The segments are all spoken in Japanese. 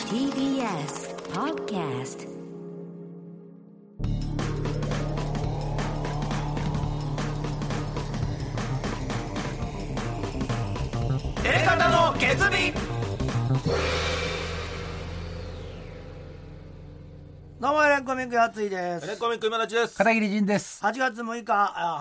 TBS Podcast 方の決意どうもエレコミックやついですエレコミック今立ちです片桐仁です。 8月6日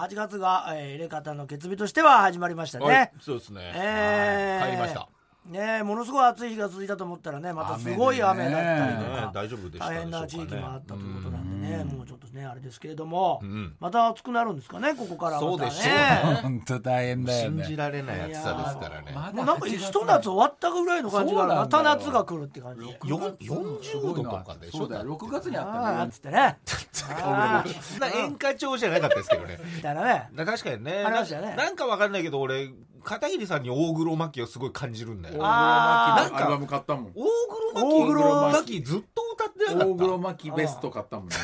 あ8月が、えー、入れ方の決日としては始まりましたはいねそうですね、えーはい帰りましたねえものすごい暑い日が続いたと思ったらねまたすごい雨だったりとねか、大丈夫でしたでしょうか大変ねな地域もあったということなんでねもうちょっとねあれですけれども、んまた暑くなるんですかねここからまたねそうでしょうね 本当大変だよ信じね。られない暑さですからね。もうなんか一夏終わったぐらいの感じがあるまたそうなんだよ夏が来るって感じよ45度とかでしょそうだよ。だって6月にあったああよっ。つっ てね俺もそんな演歌調じゃなかったですけどねみたいなねな確かにねありましたよねなんかわかんないけど俺片桐さんに大黒摩季をすごい感じるんだよあ大あーアルバム買ったもん。黒摩季大黒摩季ずっと歌ってなかった大黒摩季ベスト買ったもんね。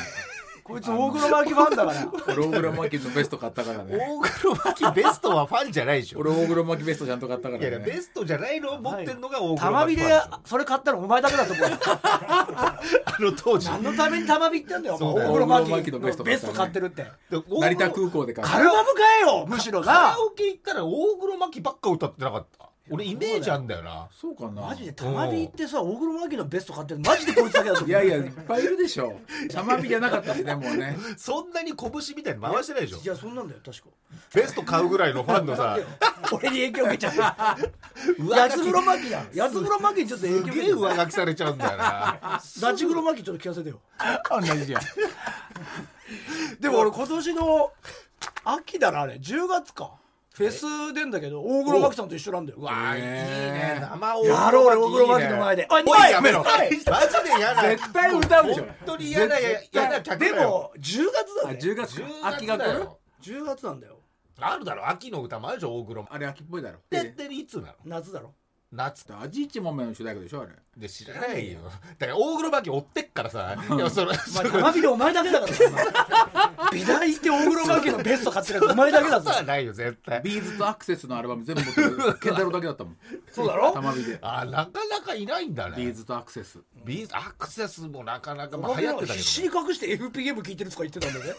こいつ大黒摩季ファンだから俺大黒摩季のベスト買ったか らね。大黒摩季ベストはファンじゃないでし ょ俺大黒摩季ベストちゃんと買ったからいやいやベね。ストじゃないのを持ってんのが大黒玉摩火季でファンそれ買ったのお前だけだと思うよ でしょあの当時何のために玉火行ったんだよお前そう大黒摩大黒摩季季ののベベストスト買ってるって成田空港で買っカた。ルバム買えよむしろカなラオケ行ったら大黒摩季ばっか歌ってなかった俺イメージあんだよなそうかな。マジで玉火行ってさ大黒摩季のベスト買ってるマジでこいつだけだと思ういいやいやいっぱいいるで しょ。たまびじゃなかったですねもうね。そんなに拳みたいに回してないでしょいやそんなんだよ確か ベスト買うぐらいのファンのさ俺に影響受けちゃ う上八書つき黒摩季だ八つ黒摩季にちょっと影響す受げけえてる上書きされちゃうんだよなダチ黒摩季ちょっと聞かせてよ同じじゃん。でも俺今年の秋だなあれ10月かフェスでんだけど大黒摩季さんと一緒なんだよわあいいね生大黒摩季いいねやろう俺大黒摩季の前でおいおいやめろマおいジで嫌な絶対歌うでしょ本当に嫌なや嫌な客だでよも10月あだぜ10月か10。月秋がだ来るよ。 10月なんだよあるだろ秋の歌もあるでしょ大黒摩あれ秋っぽいだろ。季っていつなの夏 だろ夏味一もめの主題歌でしょあれ。で知らないよだから大黒摩季追ってっからさいやそれおそ前れ玉火でお前だけだからさ お前美大行って大黒摩季のベスト買ってるやつお前だけだそぞうはないよ絶対ビーズとアクセスのアルバム全部持ってる。ケンタロウだけだ ったもん。そうだろたまびで。あなかなかいないんだねビーズとアクセス。ビーズアクセスもなかなか、まおあ、流前行っはてたけ必死にど隠して FPM 聞いてるとか言ってたんだよね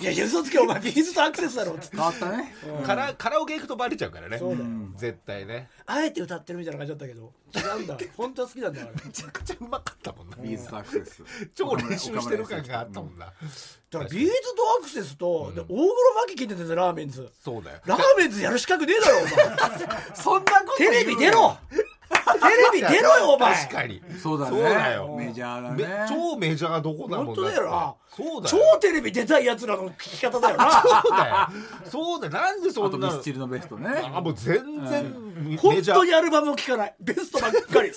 いやいや嘘つけお前ビーズとアクセスだろっつって変わったね。カラカラオケ行くとバレちゃうからねそうだよ絶対ねあえて歌ってるみたいな感じだったけど違うんだ本当は好きな んだよあれめちゃくちゃうまかったもんなビーズとアクセス。超練習してる感があったもんなだからビーズとアクセスと、で大黒摩季聞いてたぜラーメンズそうだよラーメンズやる資格ねえだろお前そんなことテレビ出ろテレビ出ろよお前確かにそうだねそうだよメジャーだめね超メジャーどこだもん本当だよなってそうだよ超テレビ出たいやつらの聞き方だよなそうだよそうだよなんでそあんとなミスチルのベストねあもう全然メ本ジャー当にアルバムを聞かないベストばっかり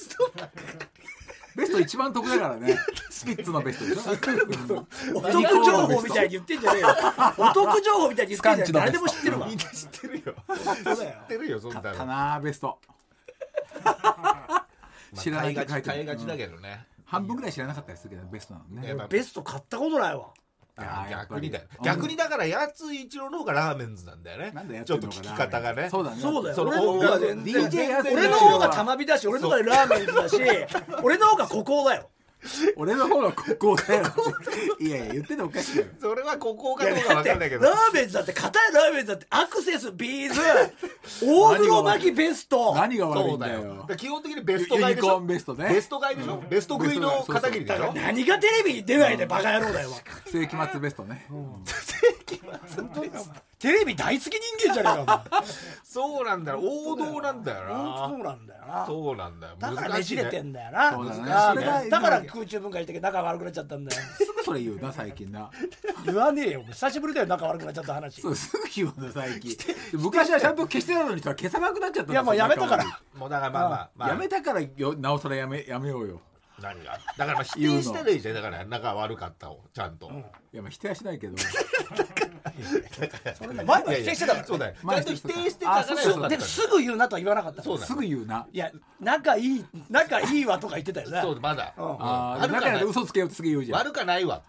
ベスト一番得だからねスピッツのベストでしょお得情報みたいに言ってんじゃねえよお得情報みたいに言ってんじゃねえ誰でも知ってるわみんな知ってるよそうだよ知ってるよそんな買っのたなあベスト知ら買ないいが書ちいて買いるがちだけどね半分ぐらい知らなかったりするけどベストなのやっねぱベスト買ったことないわいやーやっぱ逆りにだよ逆にだからやつ一郎の方がラーメンズなんだよねなんでやっちてょっんとのか聞なき方がねそうだねそうだよその俺の方が全然 DJ やつ俺の方が玉火だし俺の方がラーメンズだし俺の方が孤高だよ俺の方がここだよいやいや言ってておかしいよそれはここいかやどうかわかだってラんないけどーメンズだって硬いラーメンズだってアクセスビ ーズ大黒摩季ベスト何が悪いそうんだだよよだから基本的にベストユ買いでニしコーょンベストねベスト買いでしょベスト食いの片桐でしょ何がテレビに出ないでバカ野郎だよ世紀末ベストねテレビ大好き人間じゃねえかそうなんだよ王道なんだよお前本な当そうなんだよなそうなんだよだからね難しじいれてねんだよなそうだねラーメンそれがだから空中分解して仲悪くなっちゃったんだよすぐそれ言うな最近 な言わねえよ久しぶりだよ仲悪くなっちゃった話そうすぐ言うな最近昔はちゃんと消してたのにさ消さなくなっちゃったんだいやもうやめたからもうだからまあまあまあやめたからよなおさらやめやめようよ何がだからまあ否定したらいいじゃんだから仲悪かったをちゃんといやまあ否定はしないけどそれね前はいや否いや定してたからそうだよちゃ前んと否定否定ししてたてたからあそうよかったですぐ言うなとは言わなかったそうだすぐ言うないや仲いい仲いいわとか言ってたよねそうまだうんうんああ悪だかからない嘘つけよってすぐ言うじゃん悪かないわ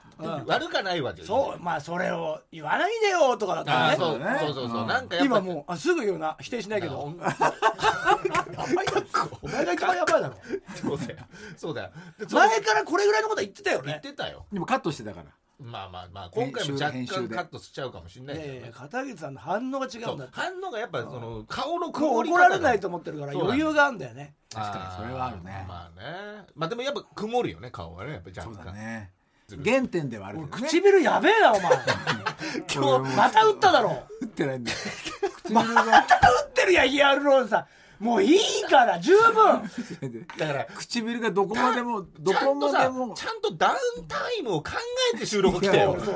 悪かないわじゃんそうまあそれを言わないでよとかだったあらーねそうそうそうそうなんかやっぱ今もうあすぐ言うな否定しないけどなんかやばいだろ お前が一番やばいだろ そうだよそうだよでその前からこれぐらいのことは言ってたよ言っねてたよでもカットしてたからまあまあまあ今回も若干編集カ編集でットしちゃうかもしれないいやけどねいや片桐さんの反応が違そうんだっうて反応がやっぱその顔のもう曇り怒方られないと思ってるからそうだね余裕があるんだよね確かにそれはあるねーまあねまあでもやっぱ曇るよね顔はねやっぱそう若だ干ね原点ではあるけどね唇やべえな お前今日また打っただろ打ってないんだよまた打ってるやヒアルロンさんもういいから十分だから唇がどこまでもどちゃこんとまでさもちゃんとダウンタイムを考えて収録来てよそう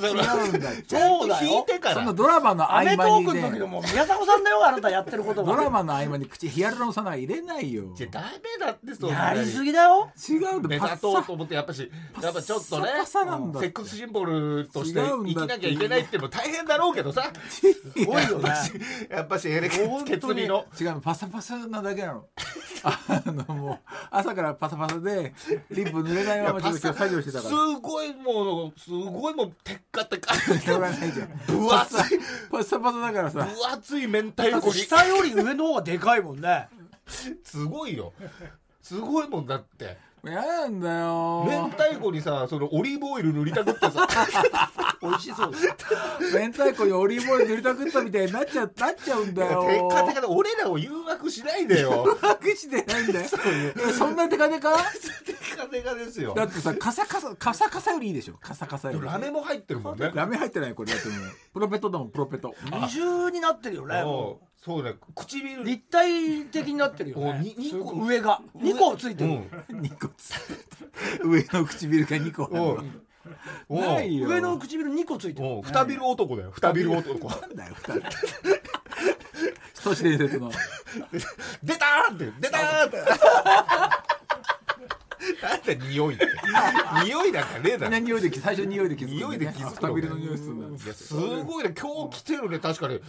そうその違うんだよちゃんと聞いてかそらのドラマの合アメト間ーにクのね時のもう宮迫さんだよあなたやってることドラはマの合間に口ヒアルロン酸なんか入れないよじ違ゃダメだってそんなやにりすぎだようんだよ目パ立ッとうサと思ってやっぱしやっぱちょっとねパッサパサなんだってセックスシンボルとして違うん生だきってなきゃいけないっても大変だろうけど さすごいよねやっぱしエレケツ本当決に意の違うのパサパサなだけなの あのもう朝からパサパサでリップ濡れないままちょっと今日作業してたかすらごいもうすごいもうテッカテカしょうがないじゃん分厚い パサパサだからさ分厚い明太子に下より上の方がでかいも んねすごいよすごいもんだって嫌なんだよ明太子にさそのオリーブオイル塗りたくって さ美味しそうです明太子にオリーブオイル塗りたくったみたいになっちゃなっちゃうんだテよッカテカで俺らを誘惑しないでよ隠してないんだよえそんなテカテカテッカテカですよだってさカサカサカサカサよりいいでしょカサカサよりラメも入ってるもんねラメ入ってないこれだってもうプロペットだもんプロペット二重になってるよもねもうそうだよう唇立体的になってるよもうねに二個すごい上が2個ついてうる、ん2個つ上の唇が2個あるおうわおうないよ上の唇2個ついてるおうくたびる男だよくたびる男なんだよ2人 都市伝 説の出たーって出たーって なんで匂いって匂いなんかねえだろ匂いで最初に匂いで気づく匂いで気づくのね唇の匂いするんだいやすごいね今日来てるね確かに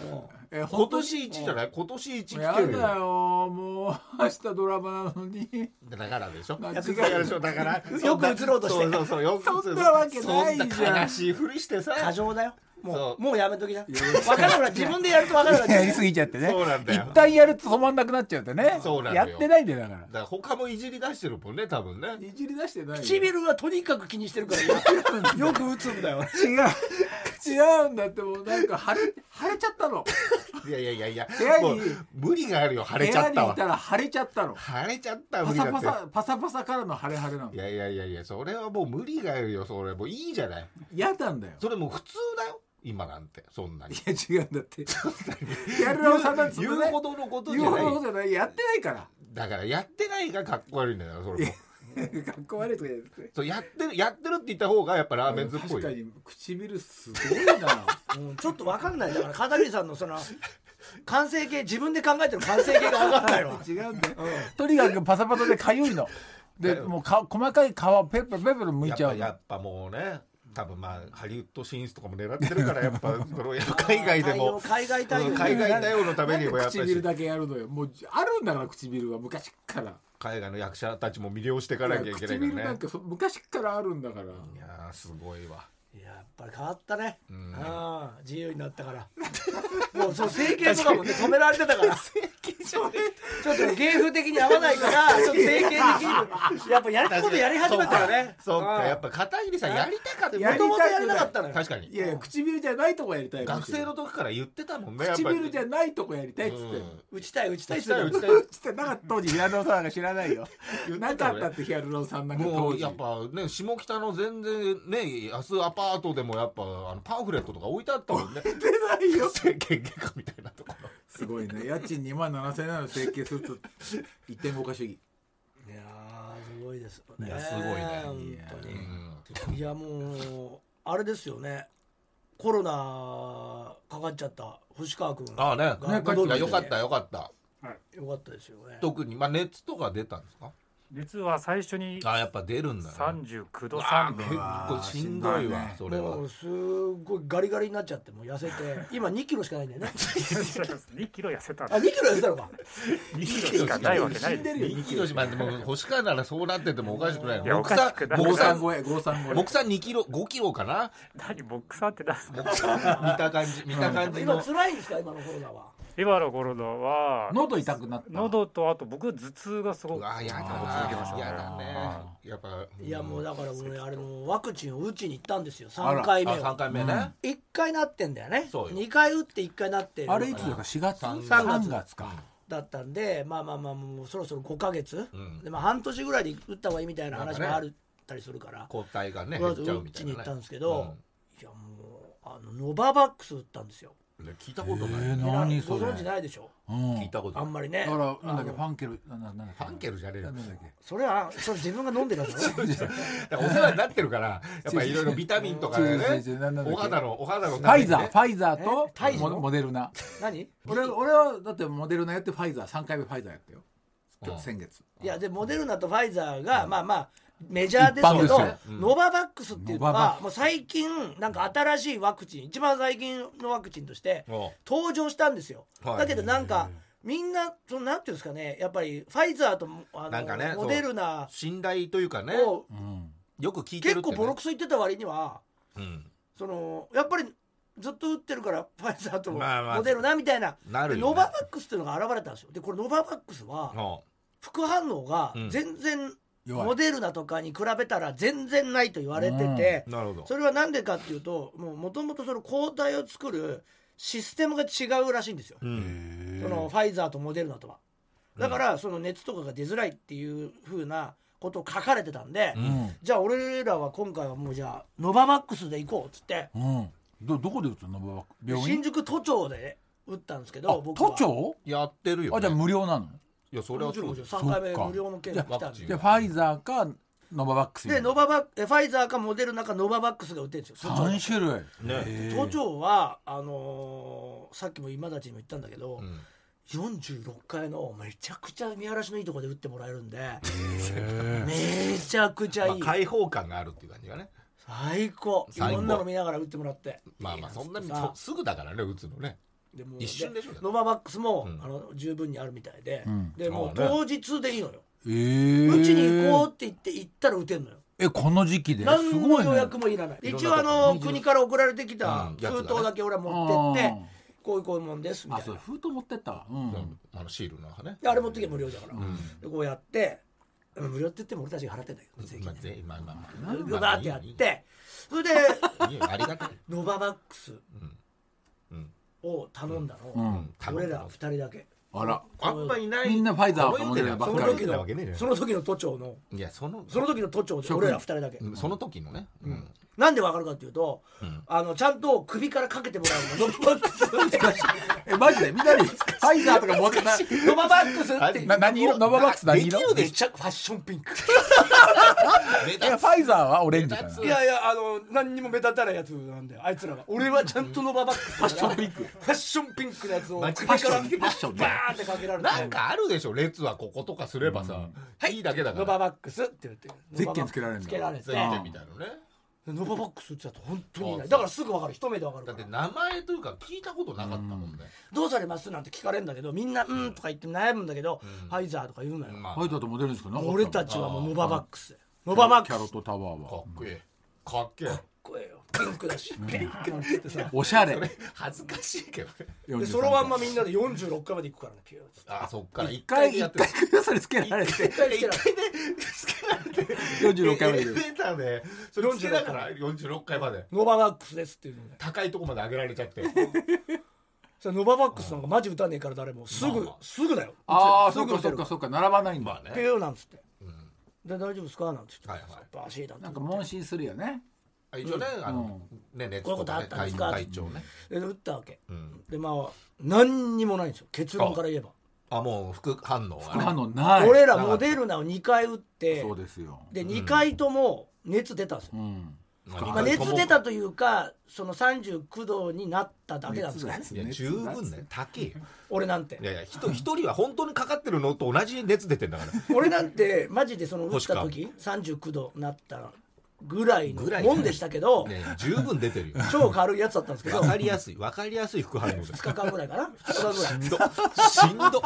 え今年一じゃない今年一来やてるだよよもう明日ドラマなのにだからでしょいやだからでしょだ からよく映ろうとしてそうそうそうよくそんなわけないじゃんそんな悲しいふりしてさ過剰だよそもううもうやめときな分かるから自分でやると分かるからやりすぎちゃってねそうなんだよ一旦やると止まんなくなっちゃうとねそうなのよやってないんだよだかだから他もいじり出してるもんね多分ねらいじり出してないよ唇はとにかく気にしてるか らよく打つんだよ違う違うんだってもうなんか腫れ腫れちゃったのいやいやいやいや部屋にもう無理があるよ腫部れちゃ屋っにたいわたら腫れちゃったの腫れちゃったわパ無理サだパってサパサパサからの腫れ腫れなのいやいやいやいやそれはもう無理があるよそれもういいじゃない嫌なんだよそれもう普通だよ今なんてそんなにいや違うんだってやるおさんなんてそん言うなねほどのことじ言うゃほなどいのことじゃないやってないからだからやってないがかっこ悪いんだよそれもかっこ悪いとか言ってそうやってるやってるって言った方がやっぱラーメンズっぽ確いかに唇すごいなうんちょっと分かんないだから片桐さんのその完成形自分で考えてる完成形が分かんないわ違うんだよとにかくパサパサでかゆいのでもうか細かい皮ペッペルペッペル剥いやっちゃぱうやっぱもうね多分まあハリウッド進出とかも狙ってるからやっ ぱそれをやっぱ海外でも海外対応うん海海外対外応対応のためにもやっぱ唇りだけやるのよもうあるんだから唇は昔っから海外の役者たちも魅了していかなきゃいけない唇からなんねかそ昔っからあるんだからいやーすごいわやっぱり変わったねんああ自由になったから もうその整形とかもね止められてたから整形ちょっと芸風的に合わな いからちょっと整形できるやっぱやることやり始めたよねそうかああやっぱ片桐さんやりたかったやもりともとやりたかったのよ確かにいやいや唇じゃないとこやりたいむ学しろ生の時から言ってたもんねやっぱり唇じゃないとこやりたいっつって、うん打ちたい打ちたい打ちたい打ちたいっつってなかった当時ヒアルロンさんなんか知らないよ言ってたねなかったってヒアルロンさんなんかも 当う時やっぱね下北の全然ね安アパートでもやっぱあのパンフレットとか置いてあったもんね出ないよ整形外科みたいなところすごいね家賃2万7000円なの整形すると1.5か主義いやーすごいですよねいやすごいね本当 うにんいやもうあれですよねコロナかかっちゃった星川君ああねが帰って戻きいたやてよかったよかったよかったですよね特にまあ熱とか出たんですか熱は最初にああやっぱ出るんだね39度3分結構しんどいわそれもはうすごいガリガリになっちゃってもう痩せて今2キロしかないんだよね 2キロ痩せたんあ2キロ痩せたのか2キロしかないわけないです2キロしまでも星川ならそうなっててもおかしくないいやのお木かさしんくない木さ53ん超え53超え木さん2キロ5キロかな何ボックサーって出す木さん見た感じ見た感じ今の辛いんですか今のコロナはエバラゴロダは喉痛くなった喉とあと僕頭痛がすごうくわやだ続けましなたねやだねやっぱいやもうだからもうあれのもうワクチンを打ちに行ったんですよあら3回目あ三は回目ね1回なってんだよねそうよ2回打って1回なってあれいつだか4月三月3月かだったんでまあまあまあもうそろそろ5ヶ月、うんでまあ、半年ぐらいで打った方がいいみたいな話もなんあかねるったりするから、抗体がねわ減っざちゃとう打みたちいにな行ねったんですけど、いやもうあのノババックス打ったんですよ。うんね聞いたことないえーねな何えそれご存知ないでしょうん聞いたことあんないまりねだからなんだっけあのファンケルなななんだっフけァンケルじゃねえよなんだっけそれはそれ自分が飲んでる やつだからお世話になってるからやっ ぱいろいろビタミンとかね違う違う違うなんだっけお肌のお肌のフたァめイにザねーファイザーとえタイのモモデルナ何い俺俺はだってモデルナやってファイザー3回目ファイザーやったよ今うん日先月やでモデルナとファイザーが、まあまあメジャーです一般けですどよノババックスっていうのノババッはもう最近なんか新しいワクチン一番最近のワクチンとしておう登場したんですよ、はいだけどなんかみんなそのなんていうんですかねやっぱりファイザーとあのなんかねそうモデルナ信頼というかねをうんよく聞いてる結って構ねボロクソ言ってた割にはうんそのやっぱりずっと打ってるからファイザーとまあまあモデルナみたいな,、なるでよノねババックスっていうのが現れたんですよでこれノババックスはおう副反応がうん全然、弱いモデルナとかに比べたら全然ないと言われてて、なるほどそれはなんでかっていうともともとその抗体を作るシステムが違うらしいんですよ、うんそのファイザーとモデルナとはだからその熱とかが出づらいっていうふうなことを書かれてたんで、うんじゃあ俺らは今回はもうじゃあノババックスで行こうっつってうんどどこで打つのノババック病新院宿都庁で打ったんですけあど僕は都庁やってるよねあじゃあ無料なのいやそれもはちそろんもうちだろんよ3回目そっか無料の件が来たんじゃあワクチでンじゃあファイザーかノババックスでノババえファイザーかモデルナかノババックスが打ってるんですよ都庁3種類ねへー都庁はあのーさっきも今立ちにも言ったんだけど、うん46階のめちゃくちゃ見晴らしのいいところで打ってもらえるんでめちゃくちゃまいあい、開放感があるっていう感じがね最高い最高ろんなの見ながら打ってもらってまあまあそんなにさそすぐだからね打つのねでもう一瞬でしょだってノババックスも、うんあの十分にあるみたいで、んでもうそうね当日でいいのよえーうちに行こうって言って行ったら打てんのよえこの時期です何ごのい予ね約もいらないいろん一な応あのとこ国から送られてきたうんやつが封ね筒だけ俺は持ってって、あこういうこういうもんですみあたいそなう封筒持ってったわうんあのシールのねであれ持ってけば無料だから、うんでこうやってでも無料って言っても俺たちが払ってんだけど税ま金あでぜまあまあまあバーってやっいいてそれでいいよありがたいノババックスうんを頼んだうの、ん俺ら二人だけあらあんまいないみんなファイザーこの世ではばそっのか時りなわけねえじその時の都庁のゃんいやそのその時の都庁で俺ら二人だけ、うんその時のねうんなんでわかるかっていうと、あのちゃんと首からかけてもらうのノババックスってえマジでみんな にファイザーとか持ってたノババックスってな何色ノババックス何色できるでめちゃファッションピンク目立いやファイザーはオレンジか目な立いやいやあの何にも目立たないやつなんであいつらは俺はちゃんとノババックスだからファッションピンクファッションピンクのやつをマ首ジからファッションバーンってかけられてなんかあるでしょ列はこことかすればさいいだけだかノバらバックスって言ってゼッケンつけられるんだつけられてついてみたいなねノババックスってやつ本当にいなああいだからすぐ分かる一目で分かるだかってら名前というか聞いたことなかったもんねどうされますなんて聞かれるんだけどみんな「うん」とか言って悩むんだけどファイザーとか言うのよまあファイザーとモデルですかなかったもん俺たちはもうノババックスノババックキャロッスかっトタワーかはっこいいかっけえ こいいよピンクだしピンクなんて言ってさおしゃれ恥ずかしいけどねで43そのまんまみんなで46回まで行くからねピューッつってあそっから一一回回でや一ってる回くださりつけられて一回一来てない回でつけられて46回まエで レベーターでそれつけながら46回までノババックスですっていうのね高いとこまで上げられちゃってそれノババックスなんかマジ歌ねえから誰もすまあぐまあすぐだよああすそっぐ打かてそっるかそっか並ばないんだまあピねューなんつってで大丈夫ですかなんつってはいはいバシーだなんか問診するよねあ一応ねあのね熱こういうこととかあねったん体ですか体調ねで打ったわけうんでまあ何にもないんですよ結論から言えばあもう副反応副が反ね応ない俺らモデルナを2回打ってそうですよで2回とも熱出たんですよ、うんまあ、熱出たというかその39度になっただけなんですかね熱いや十分ね高えよ俺なんていやいや人一人は本当にかかってるのと同じ熱出てんだから俺なんてマジでその打っ星た川時39度になったぐらいのぐらいもんでしたけどいやいや十分出て るよ超軽いやつだったんですけどわか2りやすいわかりやすい副反応だよ 日間ぐらいかな2日間ぐらいしんどしんど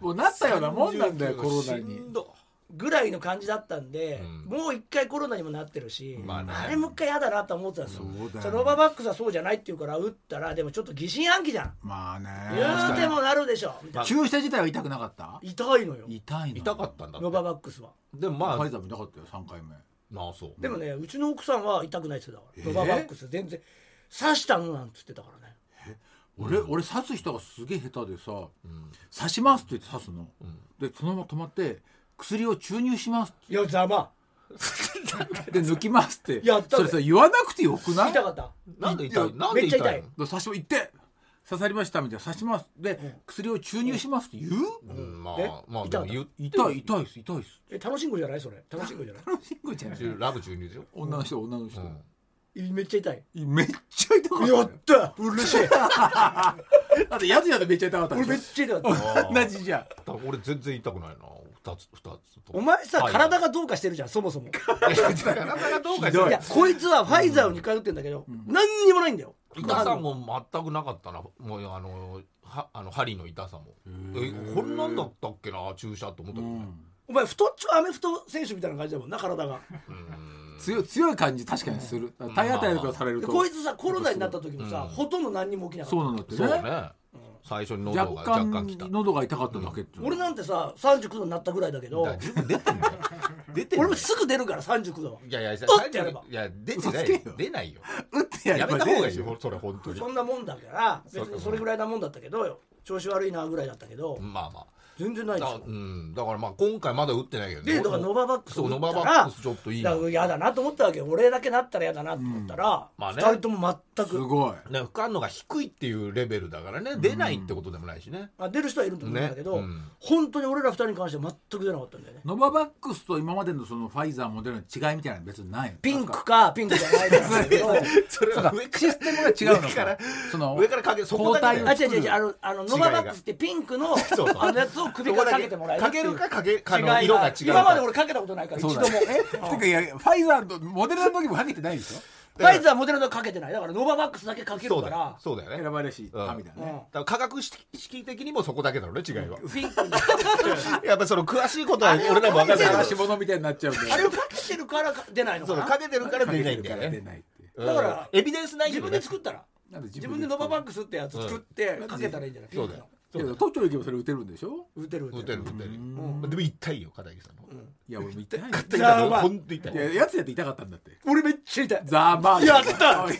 もうなったようなもんなんだよコロナしにんどぐらいの感じだったんで、うんもう一回コロナにもなってるし、まあねあれもう一回嫌だなとは思ってたんですよそうだよじゃあロババックスはそうじゃないっていうから打ったらでもちょっと疑心暗鬼じゃんまあ言うねてもなるでしょみたいな注射自体は痛くなかった痛いのよ痛いの痛かったんだってロババックスはでもまあファイザーも痛かったよ3回目なあそうでもねうちの奥さんは痛くないって言ってたからロババックス全然刺したのなんつってたからね俺俺刺す人がすげえ下手でさうん刺しますって言って刺すのうんでそのまま止まって薬を注入しますいやざまで抜きますってやったそぜれさ言わなくてよくない痛かったなんで痛いいやなんで痛いのめっちゃ痛い刺しも行って刺さりましたみたいな刺しますで、薬を注入しますって言う、うんまえあまあで痛かもった言う痛い痛いっす痛いっすえ楽しんごじゃないそれ楽しんごじゃないシンゴちゃん中ラブ注入でしょ女の人、女の人、うんめっちゃ痛いめっちゃ痛かったやった嬉しいだってやつやでめっちゃ痛かった俺めっちゃ痛かった同じじゃんだから俺全然痛くないな二つ二つとお前さはい体がどうかしてるじゃんそもそもいや体がどうかしているやこいつはファイザーを2回打ってんだけど何にもないんだよ痛さも全くなかったなもうあのはあの針の痛さもえこんなんだったっけな注射と思ったけどねお前太っちょアメフト選手みたいな感じだもんな体が強い強い感じ確かにする体当たりとかされるでと、こいつさコロナになった時もさほとんど何にも起きなかそうっなんだってそうねね最初に喉が若若干干きた喉が痛かっただけっていたう俺なんてさ39度になったぐらいだけどだから十分出てんだよ出てんだ俺よもすぐ出るから39度はいやいや打ってやればいや出て嘘なついけよよ出ないよ打ってややれめばた方がいい出るでしよそれ本当にそんなもんだから別そうにそれぐらいなもんだったけどよ調子悪いなぐらいだったけどまあま全然なあいでしだ,、ょうん、だからまあ今回まだ打ってないけどねでだからノババックスそう打ノったバらバックスちょっといいだなから嫌だなと思ったわけよ俺だけなったら嫌だなと思ったら、まあね2人とも全すく、ごいね不可能が低いっていうレベルだからね出ないってことでもないしね、あ、出る人はいると思うんだけど、ねうん本当に俺ら2人に関しては全く出なかったんだよねノババックスと今までのそのファイザーモデルの違いみたいなの別にないのピンクかピンクじゃないかなんだけどそれそうはか上かシステムが違うの上からかその上からかけそこだけだあよ違う違う違うあのあのノババックスってピンクのそうそうあのやつを首からかけてもらえるかけるかかけあ違のいが色が違う今まで俺かけたことないから一そう度だもねえてかいやファイザーとモデルの時もかけてないでしょファイザーモデルのかけてないだからノババックスだけかけそるうかだよらそうだよね選ばれし民だうねだから科学式的にもそこだけだろうね違いはんピンクにやっぱりその詳しいことは俺らも分かるだか かららし物みたいになっちゃうんあだれをよかけてるからか出ないのそかのなかけてるから出ないんだかよら出ねないっていううんだからエビデンスないんだ自よ分ねで作ったらなんで自分でノババックスってやつ作ってかけたらいいんじゃないピそンうクだよそうだよのいや東京駅もそれ打てるんでしょ打てる打てる打てるでも痛いよ片桐さんのいや俺も痛い痛いじゃあまあほんと痛いやいやつやって痛かったんだって俺めっちゃ痛いザーバーやった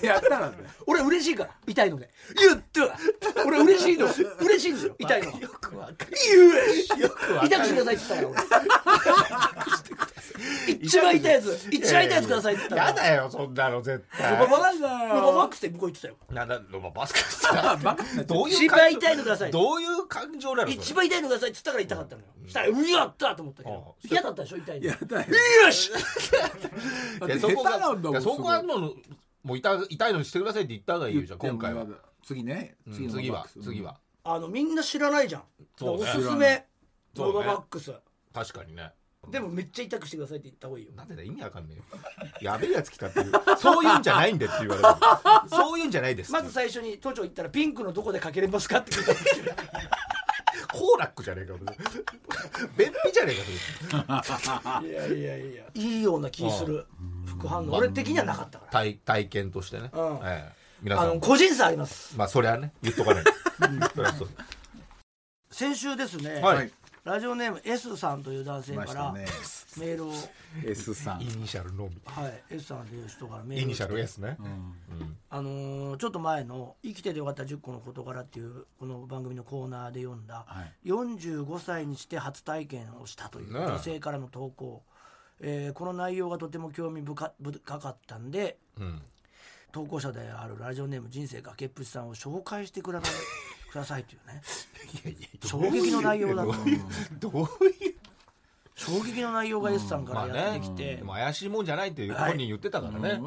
やったなんだよ俺嬉しいから痛いので言った俺嬉しいの嬉しいんですよ痛いのがくわかる言よくわう痛かくしてるくださいって言ったから俺一番痛いやつ一番痛いやつくださいって言っやたらだよそんなの絶対ロババロババックスって向こう言ってたよなんだロマバスケさバカになっちゃどうい一う感番痛いのくださいどういう感情なのそれ一番痛いのくださいって言ったから痛かったのよしたらうわやったと思ったけどうん嫌だったでしょ痛いうのやだよよしだっいやてそ下手こがなんいだもやんそこはすもうもう痛い痛いのにしてくださいって言った方がごいいいよじゃあ今回はでも次ねうん次の次バッはクス次はあのみんな知らないじゃんそうねおすすめそうロねババックス確かにねでもめっちゃ痛くしてくださいって言った方がいいよなんでだよ意味わかんねえよやべえやつ来たっていうそういうんじゃないんでって言われるそういうんじゃないですまず最初に都庁行ったらピンクのどこでかけれますかって聞いたコーラックじゃねえか便秘じゃねえかいやいやいやいいような気する副反応まあ俺的にはなかったから体体験としてね、うんええ皆あさのんも個人差ありますまあそりゃね言っとかないとそりゃそう先週ですね、はい、ラジオネーム S さんという男性来まかしらたねメールを、 S さんイニシャルのみはい S さんという人からメイニーシャルをル S ね、うんあのーちょっと前の「生きててよかった10個の事柄」っていうこの番組のコーナーで読んだ、はい45歳にして初体験をしたというねえ女性からの投稿、えーこの内容がとても興味深深かったんでうん投稿者であるラジオネーム人生崖っぷちさんを紹介してください くださいというね衝撃の内容だとどういうどういう衝撃の内容が S さんからやってきて、でも怪しいもんじゃないって本人言ってたからね、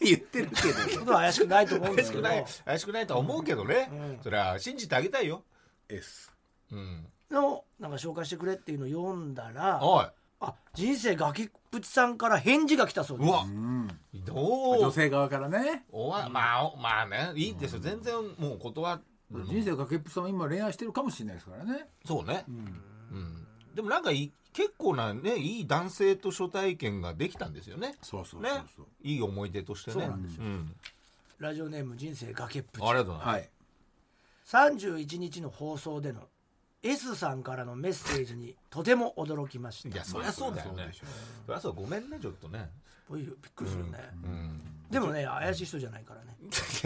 言ってるけど僕は怪しくないと思うんで怪すしけくどない怪しくないとは思うけどね、それは信じてあげたいよ S うんでもなんか紹介してくれっていうのを読んだらおいあ人生崖っぷちさんから返事が来たそうでうすわうんど女う性側からねおわまあおまあねいいですよ全然もう断るの人生崖っぷちさんは今恋愛してるかもしれないですからねそうねうん、でもなんかい結構なねいい男性と初体験ができたんですよねそうそうねそうそう。いい思い出としてねそうなんですよ、んラジオネーム人生崖っぷちありがとうございます、はい。 31日の放送での S さんからのメッセージにとても驚きましい、たやそりゃそうだよねそそりゃそうごめんねちょっとねおいびっくりするよね、うんでもね怪しい人じゃないからね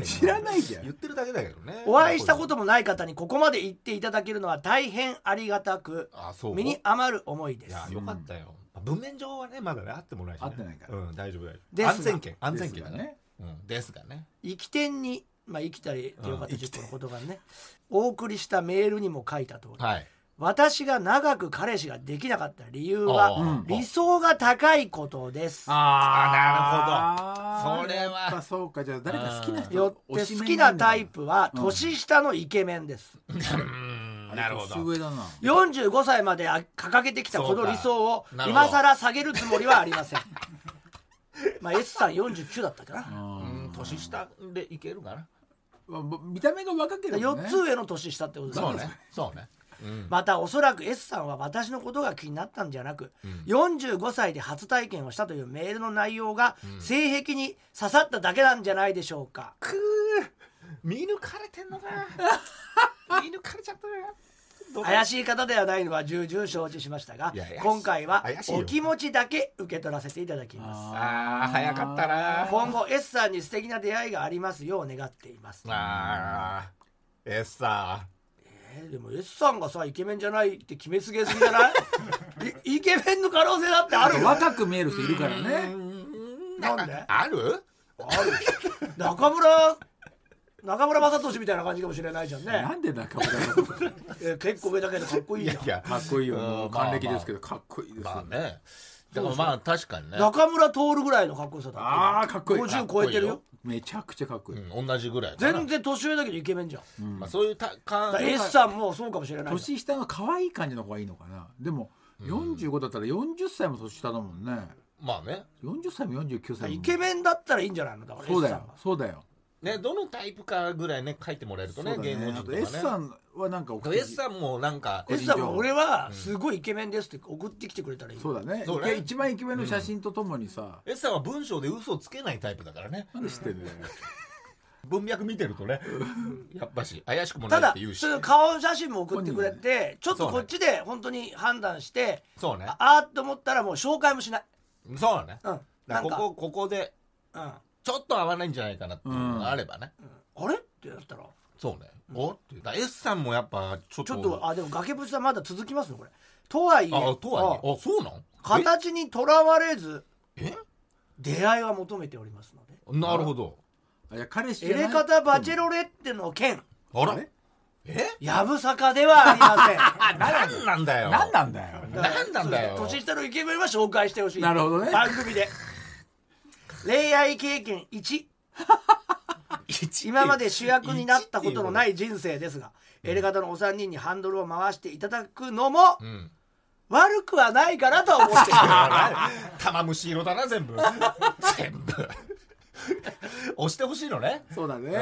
知らないじゃん言ってるだけだけどねお会いしたこともない方にここまで言っていただけるのは大変ありがたくあそう身に余る思いでいすやよかったよ、文面上はねまだね会ってもないし、ね、会ってないからうん大丈夫大丈で夫すが安全圏安で全す圏がだねね。うんですがね生き天にまあ生きたりでよかった10個のことがねお送りしたメールにも書いた通り、はい私が長く彼氏ができなかった理由あはーうん理想が高いことですあーなるほどそれはやっぱそうかじゃあ誰か好きな人よって好きなタイプは年下のイケメンです、うんなるほど年上だな。 45歳まであ掲げてきたこの理想をそうかなるほど今更下げるつもりはありません まあ S さん49だったかなうん年下でいけるかなまあ見た目が若ければね。 4つ上の年下ってことですそうねねそうねうんまたおそらく S さんは私のことが気になったんじゃなく、45歳で初体験をしたというメールの内容が性癖に刺さっただけなんじゃないでしょうか、見抜かれてんのか見抜かれちゃったよどうか怪しい方ではないのは重々承知しましたがいや怪しい今回は怪しいよお気持ちだけ受け取らせていただきますあー早かったなあ今後 S さんに素敵な出会いがありますよう願っています、あーえっさえーでも S さんがさイケメンじゃないって決めすぎすぎじゃない いイケメンの可能性だってあるわ若く見える人いるからね。なんである中村中村雅俊みたいな感じかもしれないじゃんねな、んでだか村さんえー結構上だけどかっこいいいじやゃんいやかっこいいよ。もううん還暦ですけどかっこいいですまあよ。ねでもまあ確かにね中村徹ぐらいのかっこよさだったああかっこいい。 50超えてるよめちゃくちゃかっこいい。うん同じぐらいかな全然年上だけどイケメンじゃん、まあそういうただ感から S さんもそうかもしれないじゃん年下の可愛い感じの方がいいのかな。でも45だったら40歳も年下だもんね。まあね40歳も49歳も。イケメンだったらいいんじゃないのだからそうだ S さんよは。そうだよ。ねどのタイプかぐらいね書いてもらえるとねそうだ芸能人とあとか S さねんはなんかお口 S さんもなんか S さんも俺はすごいイケメンですって送ってきてくれたらいい、そうだねそうねイケ一番イケメンの写真とともにさ、 S さんは文章で嘘をつけないタイプだからねなんで知ってんだよ文脈見てるとねやっぱし怪しくもたないだって言うしその顔写真も送ってくれてちょっとこっちで本当に判断してそうねああーっと思ったらもう紹介もしないそうだねうんだかなんからここここでうん、あちょっと合わないんじゃないかなっていうのがあればね、れってなったらそうねおってだから S さんもやっぱちょっちとょっとあでも崖ぶちさんまだ続きますよこれとはいえあとはねああそうなん形にとらわれずえ出会いは求めておりますのでえなるほどあいや彼氏じエゃないレカタバチェロレッテの 件あらあれえやぶさかではありませんあ何なんだよ何なんだよ何なんだよ年下のイケメンは紹介してほしいなるほどね番組で恋愛経験1今まで主役になったことのない人生ですがエレガタのお三人にハンドルを回していただくのもうん悪くはないかなとは思って いまあら玉虫色だな全部全部 押してほしいのねそうだうね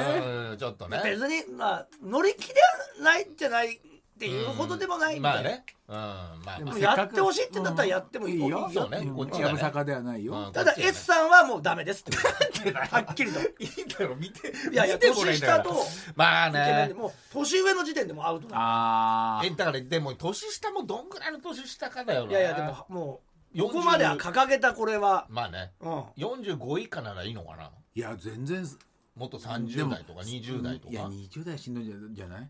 んちょっとすね別にまあ乗り気ではないんじゃないっていうほどでもないんでまあねうんまあまあせっやかっくてほしいってなったらやってもいいいいよいいそうねこっちやはぶねさかではないよ、うんたこだっちはね S さんはもうダメ ですってはっきりといいだろ見ていやいや見てもらんだから年下とまあイケメンでねもう年上の時点でもうアウトだあえだからでも年下もどんぐらいの年下かだよないやいやでももう40ここまでは掲げたこれは、まあねうん、 45以下ならいいのかないや全然もっとで30も代とか20代といやか20代しんどいんじゃじゃない、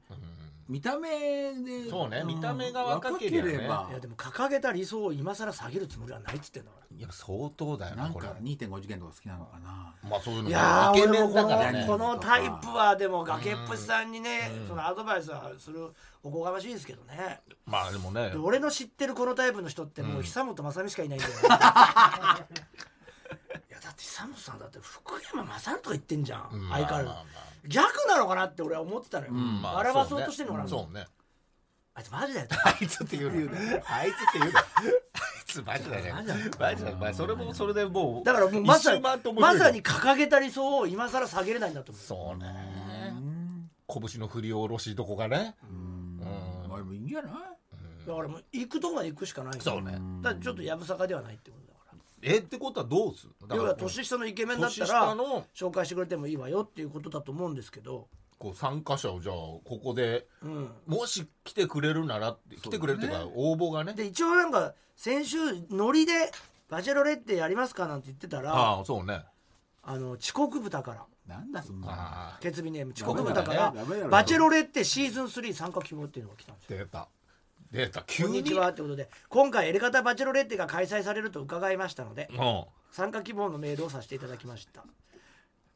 見た目でそうねん見た目が若けりゃね若いやでも掲げた理想を今更下げるつもりはないっつってんだからいや相当だよななんこれか2.5次元とか好きなのかなまあそういうのいやもーイケ俺メンもこだのからねこのタイプはでも崖っぷちさんにねそのアドバイスはするおこがましいですけどねまあでもねで俺の知ってるこのタイプの人ってもう久本雅美しかいないんだ よ、いやだって久本さんだって福山雅治とか言ってんじゃん、うん相変わらず、まあまあまあ逆なのかなって俺は思ってたのよ、うんまあ笑わそうとしてんのかな、そうねそうね あいつマジだよあいつって言うのあいつって言うのあいつマジだねマジだまあそれもそれでもうだからもうまさ一周に回って面白まいよさに掲げた理想を今更下げれないんだと思うそうね拳の振り下ろしどこがねまあでもいいんじゃないだからもう行くとこまで行くしかないよそうねだからちょっとやぶさかではないってことだかえってことはどうするのら要は年下のイケメンだった年下らの紹介してくれてもいいわよっていうことだと思うんですけどこう参加者をじゃあここでうんもし来てくれるならって来てくれるっていうか応募がねで一応なんか先週ノリで「バチェロレッテやりますか?」なんて言ってたらああそうねあの遅刻豚からなんだそんなああ決備ネーム遅刻豚からダメだねダメだ「ねバチェロレッテシーズン3参加希望」っていうのが来たんですよ。出た出た急こんににちはってことで今回エレガタバチェロレッテが開催されると伺いましたのでうん参加希望のメールをさせていただきました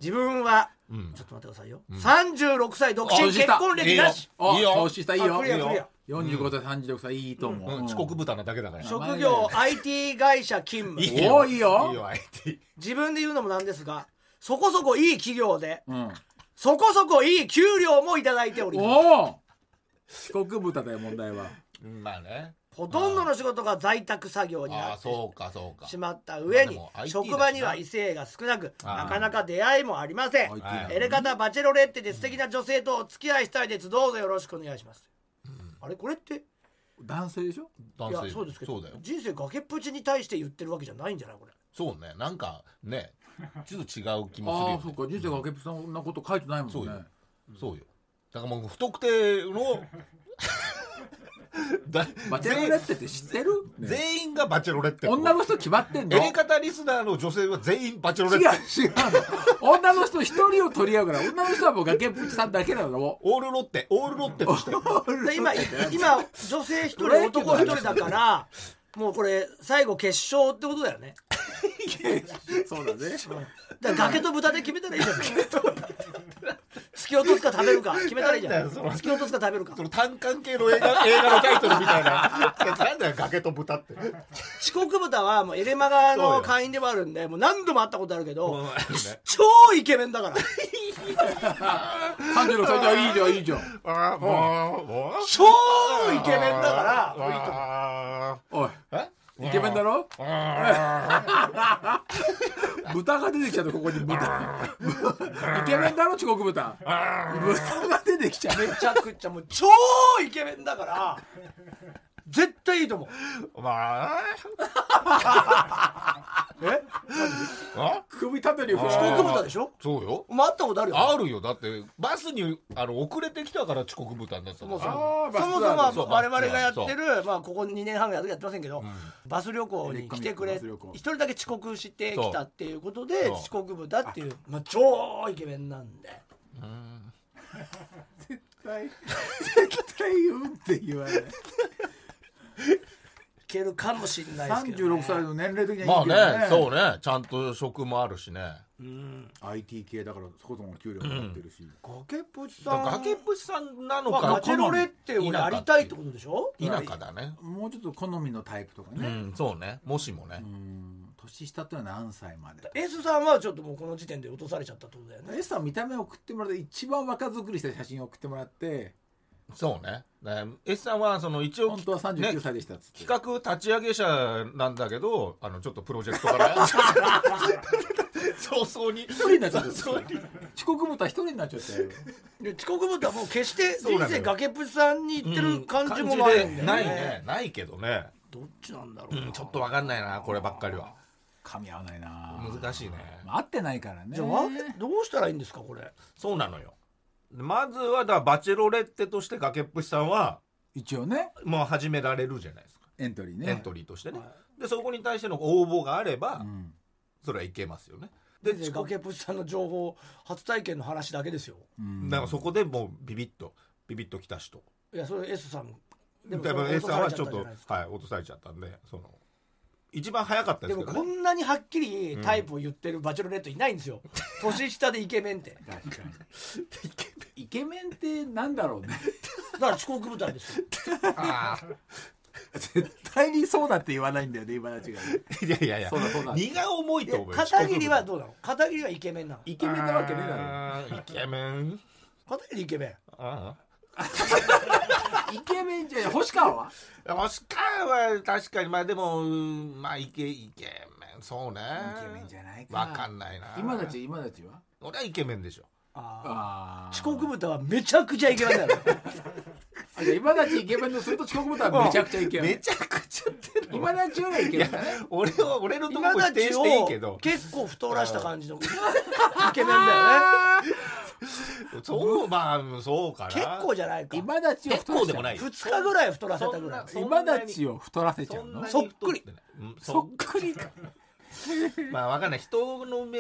自分は、んちょっと待ってくださいよ、36歳独身結婚歴なしあいいよ年下いいあよクリアいいよクリア45歳36歳いいと思う、うん遅刻豚なだけだから職業 IT 会社勤務よおいいよいいよ IT 自分で言うのもなんですがそこそこいい企業でうん、そこそこいい給料もいただいておりますおお遅刻豚だよ問題はうんまあねほとんどの仕事が在宅作業にああなってしそうかそうかまった上にまあでも IT だしな職場には異性が少なくあーなかなか出会いもありません IT だエレカタバチェロレッテで素敵な女性とお付き合いしたいですどうぞよろしくお願いします、あれこれって男性でしょ男いや性そうですけどだよ人生崖っぷちに対して言ってるわけじゃないんじゃな いこれそうねなんかねちょっと違う気あもあすそるうよか人生が崖っぷちさんなこと書いてないもんねそうよそうよだからもう不特定 のだバチェロレッテって知ってる、ね全員がバチェロレッテ女の人決まってんのやり方リスナーの女性は全員バチェロレ違うッテ違うの女の人一人を取り合うから女の人はもう崖っぷちさんだけなのオールロッテオールロッテとしてで今 今女性一人男一人だからもうこれ最後決勝ってことだよねそうだねだから崖と豚で決めたら いいじゃん突き落とすか食べるか決めたらいいじゃんなんだよそれ突き落とすか食べるかその単関係の映画映画のタイトルみたいないやなんだよ崖と豚って四国豚はもうエレマそガうのよ会員でもあるんでもう何度も会ったことあるけどあ超イケメンだから36歳じゃいいじゃんいいじゃんあもうもう超イケメンだからあおいあイケメンだろあ豚が出てきちゃったここに豚イケメンだろ遅刻豚豚が出てきちゃうめちゃくちゃもう超イケメンだから絶対いいと思うまあえあ首縦に振四国豚でしょそうよお前会ったことあるよねあるよだってバスにあの遅れてきたから遅刻豚になったのそうそうあーそもバスツアーそそもう我々がやってる、まあ、ここ2年半ぐらいやってませんけど、バス旅行に来てくれバス旅行一人だけ遅刻してきたっていうことでそう遅刻部だっていう、まあ、超イケメンなんで絶対絶対うんって言わないいけるかもしれないですけど、ね、 36歳の年齢的にまはいいけどあねそうねちゃんと職もあるしね IT 系だからそこそこ給料もらってるし、崖っぷちさん崖っぷちさんなのまあかガチェロレってをやりたいってことでしょ田舎だねもうちょっと好みのタイプとかうね、んそうねもしもねうん年下ってのは何歳まで S さんはちょっともうこの時点で落とされちゃったってことだよね S さん見た目を送ってもらって一番若作りした写真を送ってもらってそうねね S さんはその一応本当はね39歳でしたっつって、企画立ち上げ者なんだけどあのちょっとプロジェクトから早々に一人になっちゃったよ早々に遅刻豚一人になっちゃったよで遅刻部とはもう決してそう人なのよ生崖っぷちさんにいってる感じもなないいんだよね,、ねないけどねどっちなんだろうな、うんちょっとわかんないなこればっかりは噛み合わないな難しいねまあ合ってないからねじゃあわどうしたらいいんですかこれそうなのよまずはだからバチェロレッテとして崖っぷちさんは一応ねもう始められるじゃないですかエントリーねエントリーとしてねでそこに対しての応募があればうんそれはいけますよねでで遅刻崖っぷちさんの情報初体験の話だけですようんなんかそこでもうビビッとビビッときた人いやそれ S さんでもそれ S さんはちょっと落とされゃたじゃないですかはい落とされちゃったんでその一番早かったでですもけどこねんなにはっきりタイプを言ってるバチェロレットいないんですよ、年下でイケメンって確かにイケメンってなんだろう ねだから遅刻部隊ですよ絶対にそうだって言わないんだよね今たちがいやいやいやそうだそうだ荷が重いいとや思うよ片桐は遅どうなの片桐はイケメンなのイケメンなわけねえだ刻部あーイケメン片桐イケメンあろイケメンじゃ星川はあ星川は確かにまあでもうんまあイケイケメンそうねイケメンじゃないかわかんないな今たち今たちは俺はイケメンでしょあーあ 遅刻部隊はめちゃくちゃイケメンだよあじゃあ今立ちイケメンのすると遅刻ボタンはめちゃくちゃイケメンめちゃくちゃってる今立ちよりはいけメンだね俺は俺のとこ今も否立定ちしていいをけど結構太らした感じのイケメンだよねそうまあそうかな結構じゃないか今立ちを結太ら構でせちもゃなうい2日ぐらい太らせたぐらいそんな今立ちを太らせちゃうのそっくりうんそそっくりまあわかんない人の目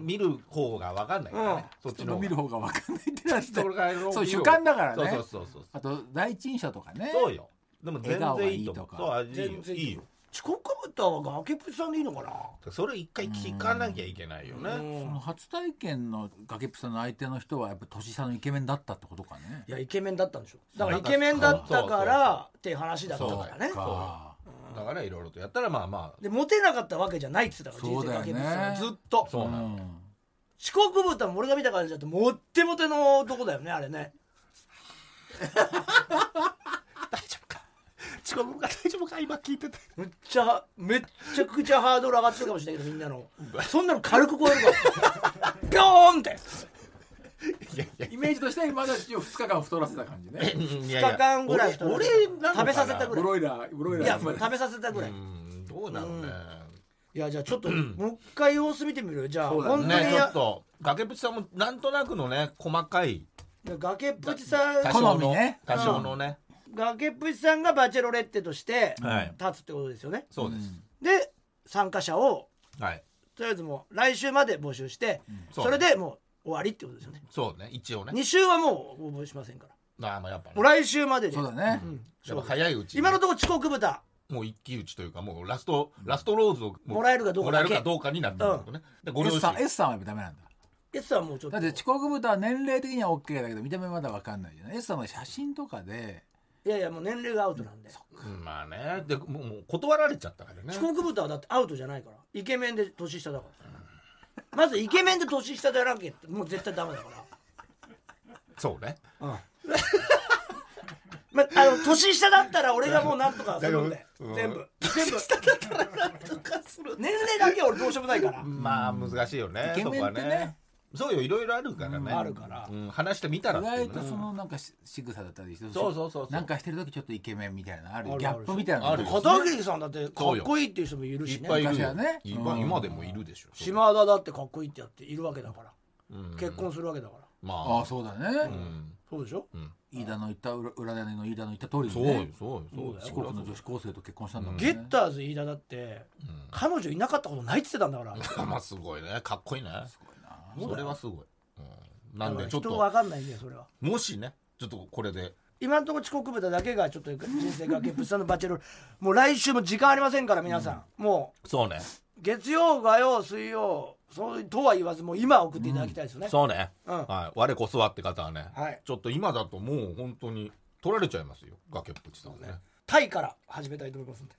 見る方がわかんないからねそっち人のの方見がる方が分かんないってなって人が見る方がそう主観だからそうねそうそうそうあと第一印象とかねそうよでも全然いいと思う笑顔そういい全よ然いいよ遅刻ブタは崖っぷちさんでいいのかなそれ一回聞かなきゃいけないよねその初体験の崖っぷさんの相手の人はやっぱ年下のイケメンだったってことかねいやイケメンだったんでしょだからイケメンだったからっていう話だったからねそうかだからいろいろとやったらまあまでモテなかったわけじゃないっつってたから人そう生だよ崖ねっぷちさんずっとあそうなんだ遅刻ブタも俺が見た感じだとモッテモテの男だよねあれね大丈夫か遅刻が大丈夫か今聞いててめっちゃめっちゃくちゃハードル上がってるかもしれないけどみんなのそんなの軽く超えるからピョーンっていやいやイメージとしては今立ちを2日間太らせた感じねい2日間ぐらい太俺ら俺せたなのかな食べさせたぐブロイラーブロイいラやーまで食べさせたぐらい、うんどうなのねいやじゃあちょっともう一回様子見てみるよじゃあ、そうだね本当ねにちょやっと崖っぷちさんもなんとなくのね細かい崖っぷちさん多好少みのね多少のね崖っぷちさんがバチェロレッテとしてはい立つってことですよね、そうですで参加者をはいとりあえずもう来週まで募集して、そうそれでもう終わりってことですよねそうね一応ね2週はもう応募しませんからまあまあやっぱねもう来週まででそうだねうんやっぱ早いうちに今のところ遅刻豚もう一騎打ちというかもうラストラストローズをうもらえるかどうもからだえけるかどうかになってるんだけどねでご両 S 親さん S さんはやっぱダメなんだエスはもうちょっだとって遅刻豚は年齢的には OK だけど見た目まだ分かんないじゃない S さんは写真とかでいやいやもう年齢がアウトなんでうんまあねでもうもう断られちゃったからね遅刻豚はだってアウトじゃないからイケメンで年下だからまずイケメンで年下でやらなきゃもう絶対ダメだからそうねまあ、あの年下だったら俺がもうなんとかするんでうん全部全部下だったらなんとかする年齢だけは俺どうしようもないからまあ難しいよねイケそメこンはってねねそうよいろいろあるからねあるからうん話してみたら意っていうね外とそのなんかし仕草だったりしてそうそうそうそうなんかしてる時ちょっとイケメンみたいなのあるあるギャップみたいなのあるよ片桐さんだってかっこいいっていう人もいるいしっねぱいいる昔よはね今うん今でもいるでしょ島田だってかっこいいってやっているわけだから、うん結婚するわけだからあまあそうだね、あうんそうでしょ飯田の言った裏裏金の飯田の言った通りそうによねそうよそうよ四国の女子高生と結婚したんだもんねゲッターズ飯田だってうん彼女いなかったことないって言ってたんだからだあ まあすごいねかっこいいねそれはすごいうんなんかでらちょっ人と分かんないんだよそれはもしねちょっとこれで今のところ遅刻豚だけがちょっと人生崖っぷちさんのバチェロレ もう来週も時間ありませんから皆さん、もそうねう月曜火曜水曜そうとは言わずもう今送っていただきたいですよね、そうね、うんはい、我こそはって方はね、はいちょっと今だともう本当に取られちゃいますよ崖っぷちさんはねタイから始めたいと思いますんで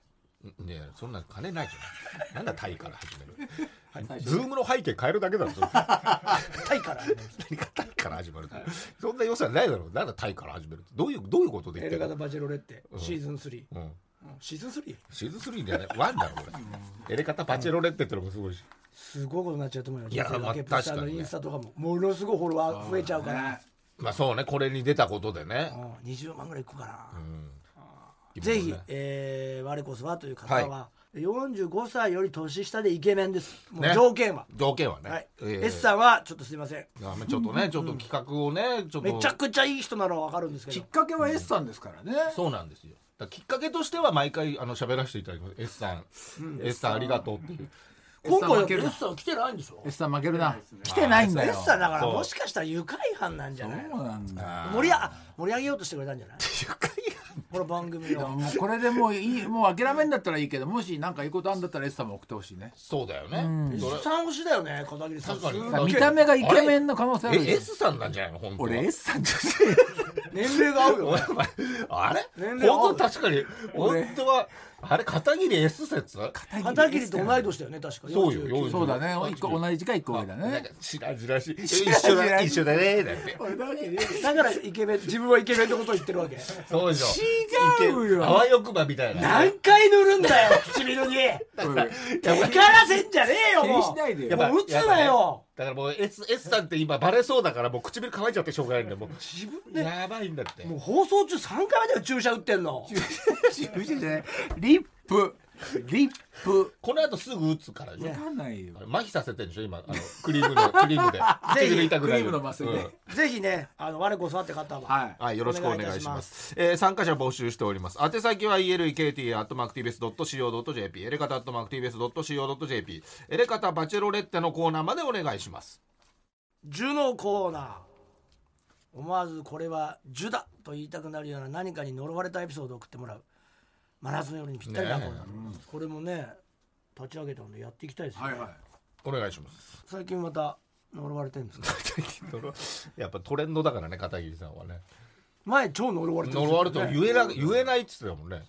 んねえそんな金ないじゃないなんだタイから始めるズームの背景変えるだけだろそれタイから始 めます何がタイから始まるってそんな良さないだろなんだタイから始めるってどういうどういうことで言エっレてガるタバチェロレッテシーズン3、うんシーズン 3? シーズン3じゃないワンだろこれエレカタパチェロレッテってのもすごいしすごいことになっちゃうと思うよいや人生まあ崖っぷちさん確かのにイねンスタとかもものすごいフォロワー増えちゃうからまあそうねこれに出たことでねうん20万ぐらいいくかな、うんぜひね、えー、我こそはという方はいは、45歳より年下でイケメンです。もうね条件は。条件はね、はい。えー S さんは、ちょっとすいません。ダメちょっとねちょっと企画をねちょっとめちゃくちゃいい人ならわかるんですけきっど、かけは S さんですからね、そうなんですよ。だからきっかけとしては毎回あの喋らせていただきます。S さん、S さんありがとうっていう。今回だって S さ S さんん負ける来てないんでしょ S さん負けるな来てないんだよ ?S さんだから、そうもしかしたら愉快犯なんじゃないそうなんだ盛りあ盛り上げようとしてくれたんじゃない愉快犯この番組でもを。もうこれでもういいもう諦めんだったらいいけどもしなんかいいことあんだったら S さんも送ってほしいね そうだよね。それ S さん推しだよね、片桐さん。確かにすあごい見た目がイケメンの可能性あるえじゃん S さんなんじゃないの本当は。俺 S さんとして年齢が合うよね。お前あ年れ齢合う本当確かに俺本当はあれ片桐 S 説片桐と同い年だよね、確か。そうよ49よそうだね一個同じか一個上だなんねかしらじらしい一緒だ一緒だねだってだからイケメン、自分はイケメンってことを言って るわけ。そうでし違うよょいけあわよくばみたいな何回塗るんだよ、唇に。これ手からせんじゃねえよ気にもしないうでやよっぱもう打つなよだからもう S, S さんって今バレそうだからもう唇乾いちゃってしょうがないんだよもう自分でやばいんだってもう放送中3回目だよ注射打ってんの注射じゃないリップリップこの後すぐ打つからねわかんないよ麻痺させてんでしょ今あのクリームのクリームで唇痛くなるクリームの麻酔でぜひねあの我こそあって方は、はいはい、よろしくお願いしお願いまいたす。しまえー参加者募集しております。宛先は elekt.mactvs.co.jp、エレカタ .mactvs.co.jp、エレカタバチェロレッテのコーナーまでお願いします。呪のコーナー思わずこれは呪だと言いたくなるような何かに呪われたエピソードを送ってもらう真夏の夜にぴったりなコーナねー、これもね立ち上げたのでやっていきたいですね、はいはいお願いします。 最近また呪われてるんですかやっぱトレンドだからね、片桐さんはね。前超呪われてるんで呪すよわれても言えな言えないって言ってたもんね。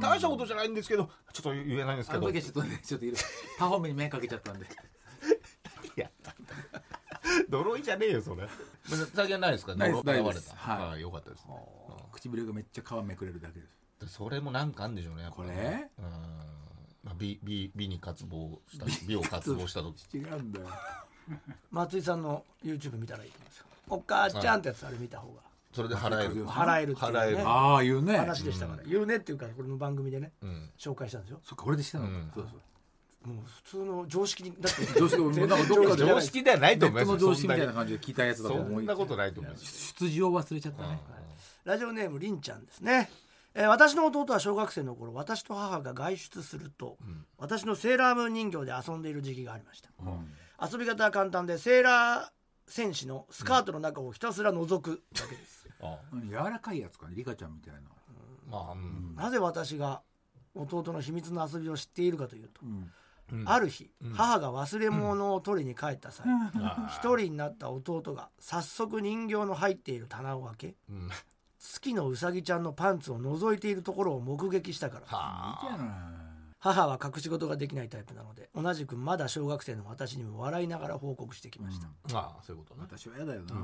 大したことじゃないんですけど、ちょっと言えないんですあけのど。時はちょっとねちょっといろいろパフォームに目かけちゃったんでやったんだ呪いじゃねえよ、それ。最近ないですかないです呪わないれでた。すはいああよかったですね。唇がめっちゃ皮めくれるだけですでそれもなんかあんでしょうね、やっぱこねれうんまあ、美美美に渇望した美を渇望した 時違うんだよ松井さんの YouTube 見たらいいと思いますよお母ちゃんってやつあれ見た方がそれで払える払えるっていう、ね、払えるああ言うね話でしたから、言うねっていうかこれの番組でね、ん紹介したんですよそっか俺でしたのかうんそうそうもう普通の常識にだって常識俺なんかどっかで常識ではないとネ思ッいトのます常識みたいな感じで聞いたやつだとそんな思そいんきやなことないと思います出場忘れちゃったねラジオネームりんちゃんですね、えー私の弟は小学生の頃私と母が外出すると、私のセーラームーン人形で遊んでいる時期がありました、遊び方は簡単でセーラー戦士のスカートの中をひたすら覗くだけです、あうん柔らかいやつかねリカちゃんみたいなまあ、うんなぜ私が弟の秘密の遊びを知っているかというと、んある日、母が忘れ物を取りに帰った際、あ一人になった弟が早速人形の入っている棚を開けーうんは好きのうさぎちゃんのパンツを覗いているところを目撃したからあ母は隠し事ができないタイプなので同じくまだ小学生の私にも笑いながら報告してきました、まあそういうことね私は嫌だよな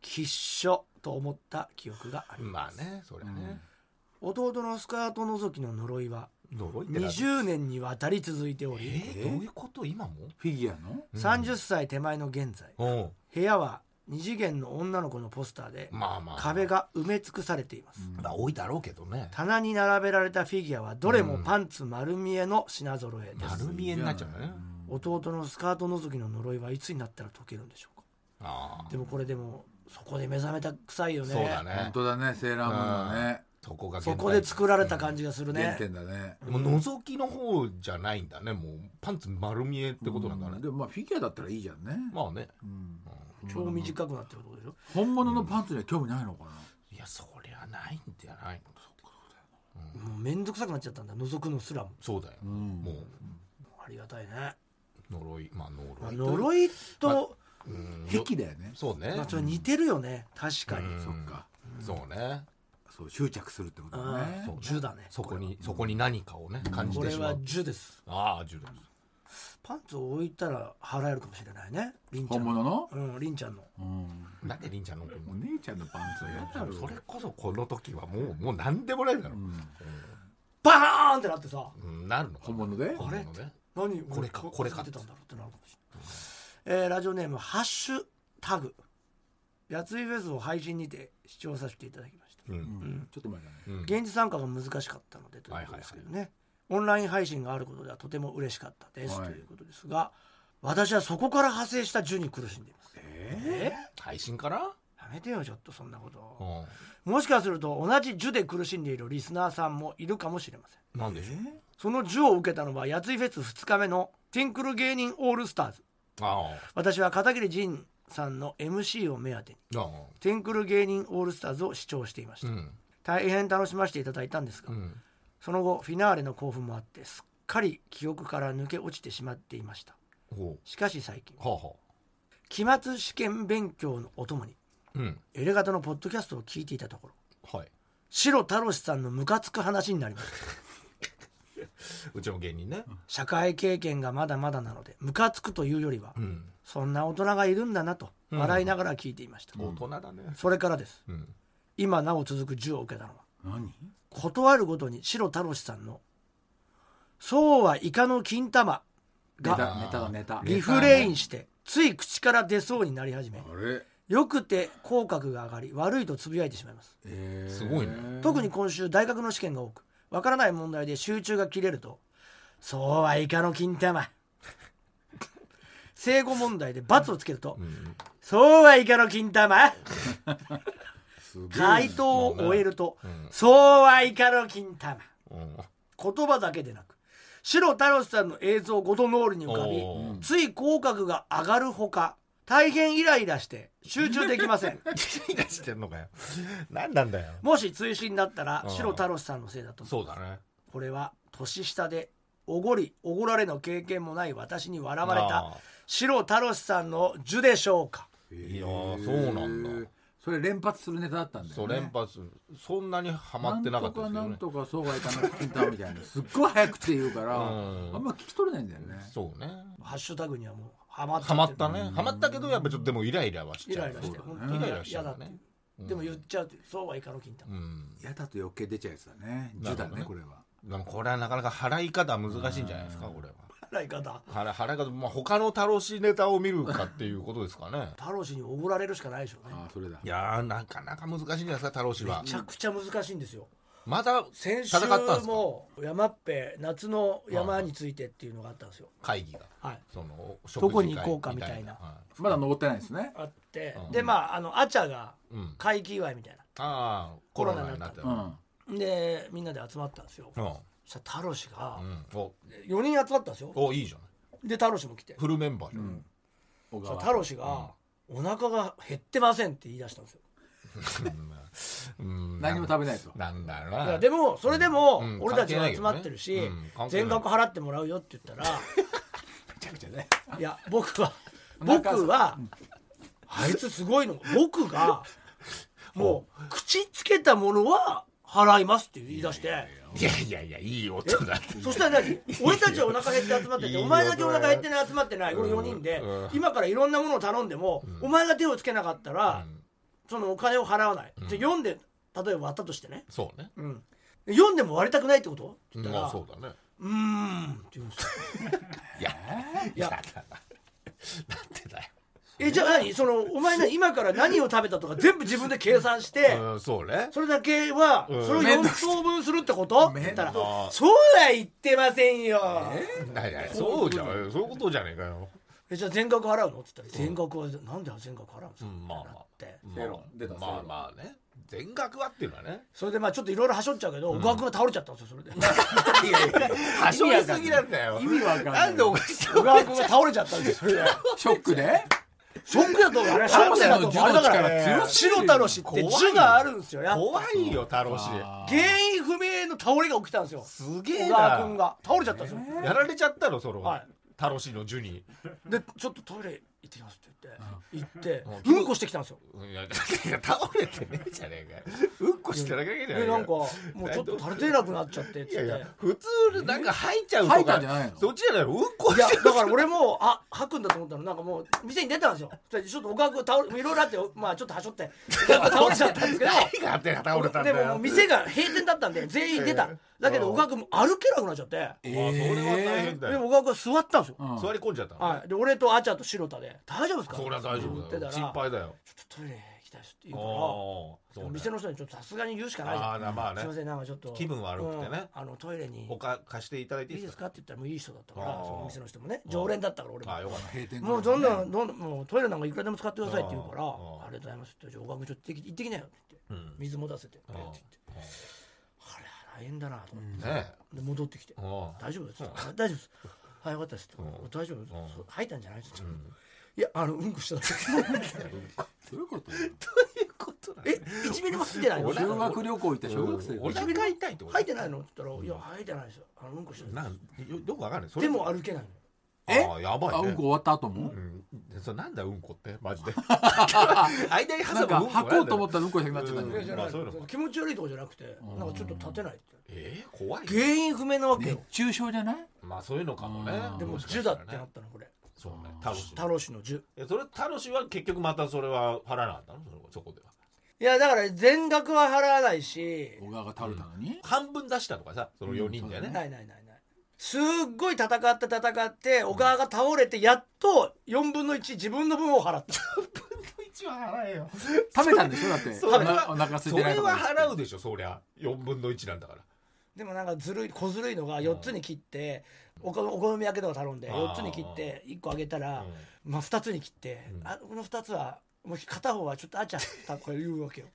きっしょと思った記憶がありままあす、ねそれね、弟のスカート覗きの呪いは呪いってなんだ20年にわたり続いており、えーどういうこと今もフィギュアの30歳手前の現在うん部屋は二次元の女の子のポスターでまあまあ壁が埋め尽くされています、まあ多いだろうけどね棚に並べられたフィギュアはどれもパンツ丸見えの品揃えです、丸見えになっちゃうんだね弟のスカート覗きの呪いはいつになったら解けるんでしょうかああでもこれでもそこで目覚めたくさいよねそうだ本ね当だねセーラームーンのねそこがそこで作られた感じがする原ね点だねでも覗きの方じゃないんだねもうパンツ丸見えってことなんだねでもまあフィギュアだったらいいじゃんねまあね超短くなってるってことでしょ本物のパンツには興味ないのかないやそりゃないんじゃないのもう面倒くさくなっちゃったんだ覗くのすらもそうだよ、もうありがたいね呪いまあまあ呪い、呪いと、うん癖だよねそうね、まあ、それ似てるよね確かに、そっかそうねそう執着するってことうだねん呪だねそこにそこに何かをね感じこてれしまはう呪ですああ呪ですパンツを置いたら払えるかもしれないねりんちゃん本物のうんりんちゃんのなんでりんちゃんのお姉ちゃんのパンツだよそれこそこの時はもうもう何でもないだろう、バーンってなってさうんなるのか本な物で本物ね何これか俺これか忘てたんだろうってなるかもしれない、えーラジオネームハッシュタグやついフェスを配信にて視聴させていただきました、うんちょっと前だねうん現地参加が難しかったのでということですけどね、オンライン配信があることではとても嬉しかったです、はいということですが私はそこから派生した順に苦しんでいますえ配信から、ーやめてよちょっとそんなことうを、ん、もしかすると同じ呪で苦しんでいるリスナーさんもいるかもしれませんなんでしょう、その呪を受けたのはやついフェス2日目のティンクル芸人オールスターズあ私は片桐仁さんの MC を目当てにあああ「テンクル芸人オールスターズ」を視聴していましうた、ん大変楽しませていただいたんですが、うんその後フィナーレの興奮もあってすっかり記憶から抜け落ちてしまっていましたほしかし最近うはあは期末試験勉強のお供にあうんエレガタのポッドキャストを聞いていたところはい白太郎さんのムカつく話になりましたうちの芸人ね社会経験がまだまだなのでムカつくというよりは、うんそんな大人がいるんだなと笑いながら聞いていました、大人だねそれからですうん今なお続く銃を受けたのは何断るごとに白太郎さんの「そうはイカの金玉」ネタがネタだネタリフレインしてつい口から出そうになり始めあれよくて口角が上がり悪いとつぶやいてしまいますえーすごいね特に今週大学の試験が多くわからない問題で集中が切れると「そうはいかの金玉」 正誤問題で罰をつけると「そうはいかの金玉」すごい回答を終えるとん「そうはいかの金玉うん」言葉だけでなく白太郎さんの映像ごと脳裏に浮かびおーつい口角が上がるほか大変イライラして集中できませ んイライラしてんのかよ何なんだよもし追試になったらあー白太郎さんのせいだと思うそうだねこれは年下でおごりおごられの経験もない私に笑われたあ白太郎さんの呪でしょうかいやーそうなんだそれ連発するネタだったんだよ、ね、そう連発そんなにハマってなかったですよなんねとかなんとかそうはいかなく金玉みたいなすっごい早口で言うから、うんあんま聞き取れないんだよねそうねハッシュタグにはもうハマっちゃっハてるマったねハマったけどやっぱちょっとでもイライラはしイちゃうライラしてそう本だ当ねイにライラしちゃ嫌だうってねでも言っちゃうってそうはいかの金玉うん嫌だと余計出ちゃうやつだね10なるほだどねねこれはでもこれはなかなか払い方は難しいんじゃないですかこれは払い方払い払い方まあ他のタロシネタを見るかっていうことですかね太郎氏におごられるしかないでしょうねああそれだいやーなかなか難しいんじゃないですかタロシはめちゃくちゃ難しいんですよまた先戦週ったんですかも山っぺ夏の山についてっていうのがあったんですよ会議がはいそのどこに行こうかみたい食事会なはまだ登ってないですねあってうんでまああのアチャがいうん会期祝いみたいああコロナになったコううんんなでみんなで集まったんですようんそしたら太郎氏がお4人集まったんですよおいいじゃないで太郎氏も来てフルメンバーじゃん小そしたら川太郎氏が「お腹が減ってません」って言い出したんですようん何も食べないとなんだろういなやでもそれでもうん俺たちが集まってるし関係ないけどねうん全額払ってもらうよって言ったらめちゃくちゃねいや僕 はなんか僕はあいつすごいの 僕がもう口つけたものは払いますって言い出していやいやいやいい音だってそしたら何俺たちはお腹減って集まっていいてよお前だけお腹減ってない集まってないこの4人でうん今からいろんなものを頼んでもお前が手をつけなかったらうんそのお金を払わないで読んで例えば割ったとしてねそうね読んでも割りたくないってことって言ったまらあそううだねーんって言うんですよいやいややだからなんてだよえじゃあ何そのお 前何今から何を食べたとか全部自分で計算してうんそうねそれだけはうんそれを4等分するってことって言ったら「そうは言ってませんよないないそうじゃんそういうことじゃねえかよえ」じゃあ全額払うの?」って言ったら「全額はなんで全額払うんですうか?」んまあまあってま正あ論出た正まあ論まあね全額はっていうのはねそれでまあちょっといろいろはしょっちゃうけど小川君が倒れちゃったんですよそれで いやいやはしょりすぎなんだよ意味わかんないなんでおかしい小川君が倒れちゃったんですよそれ でショックでショックだと思うあれショックだと思うあれだから強すぎる白太郎氏って字があるんですよやっぱ怖いよタロシ原因不明の倒れが起きたんですよすげえ小川君なが倒れちゃったんですよやられちゃったのそのはいタロシのジュニでちょっとトイレ行ってきますって言って行ってうんうんこしてきたんですよいや いや倒れてねえじゃねえかようんこしてなきゃいけないでなんかもうちょっと足りてなくなっちゃってっつっいてやいいやや普通なんか吐いちゃうと吐いたかんじゃないのそっちじゃないのうんこしてだから俺もあ吐くんだと思ったらなんかもう店に出たんですよそれでちょっとおかく倒れいろいろあってまあちょっとはしょ って小川君倒れちゃったんですけど誰が手が倒れたんだでよももう店が閉店だった んで全員出ただけど小川君も歩けなくなっちゃってあそれは大変だでよも小川君座ったんですようん座り込んじゃったのはいで俺とあちゃと白田で「大丈夫ですか?」そりゃ大丈って夫だ言よってた心ら配だよ「ちょっとトイレ行きたいです」って言あうあからそうね店の人にちょっとさすがに言うしかないじゃんああまあねすいませんなんかちょっと気分悪くてねうんあのトイレにおか貸していただいていいいいでですすかかって言ったらもういい人だったからあーそのお店の人もね常連だったから俺ああもよかっ閉店もうどんどんどんどんもうトイレなんかいくらでも使ってくださいって言うからあーあーありがとうございますってじゃあ岡君ちょっと行ってき行ってきなよって言ってたうん水持たせてって言ってああれ大変だなと思ってあねで戻ってきてえああ大丈夫ですあ大丈夫ですはいよかったですん大丈夫ですうんそう入ったんじゃないですいやあのうんこしただけどういうことよ え1ミリも入ってないの俺修は学旅行行った小学生お腹痛いってこと入ってないのって言ったら「いや入ってないですよあのうんこしただなんよよくわかんないそけれでも歩けないのえああやばいあねうんこ終わった後もうんでそれなんだうんこってマジで間に挟むなうんかんこなんだよ吐こうと思ったらうんこじゃなくなっちゃったんだうんよまあそういうのも気持ち悪いとかじゃなくてなんかちょっと立てないってえー怖いね原因不明なわけ熱よ中症じゃないまあそういうのかもねうんでもしか10しだたっらてなねったのこれそうねタロシ太郎氏の10えそれタロシは結局またそれは払わなかったのそれはそこではいやだから全額は払わないし小川が倒れたのに半分出したとかさその4人でねないないないないすっごい戦って戦って小川が倒れてやっと4分の1自分の分を払った一は払えよ食べたんでしょだってそれはお腹お腹空いそてなれいとはか払うでしょそりゃ4分の1なんだからでもなんかずるい小ずるいのが4つに切っておかお好み焼きとか頼んであー4つに切って1個あげたら、まあ、2つに切って、うんあこの2つはもう片方はちょっとあちゃたこれ言うわけよ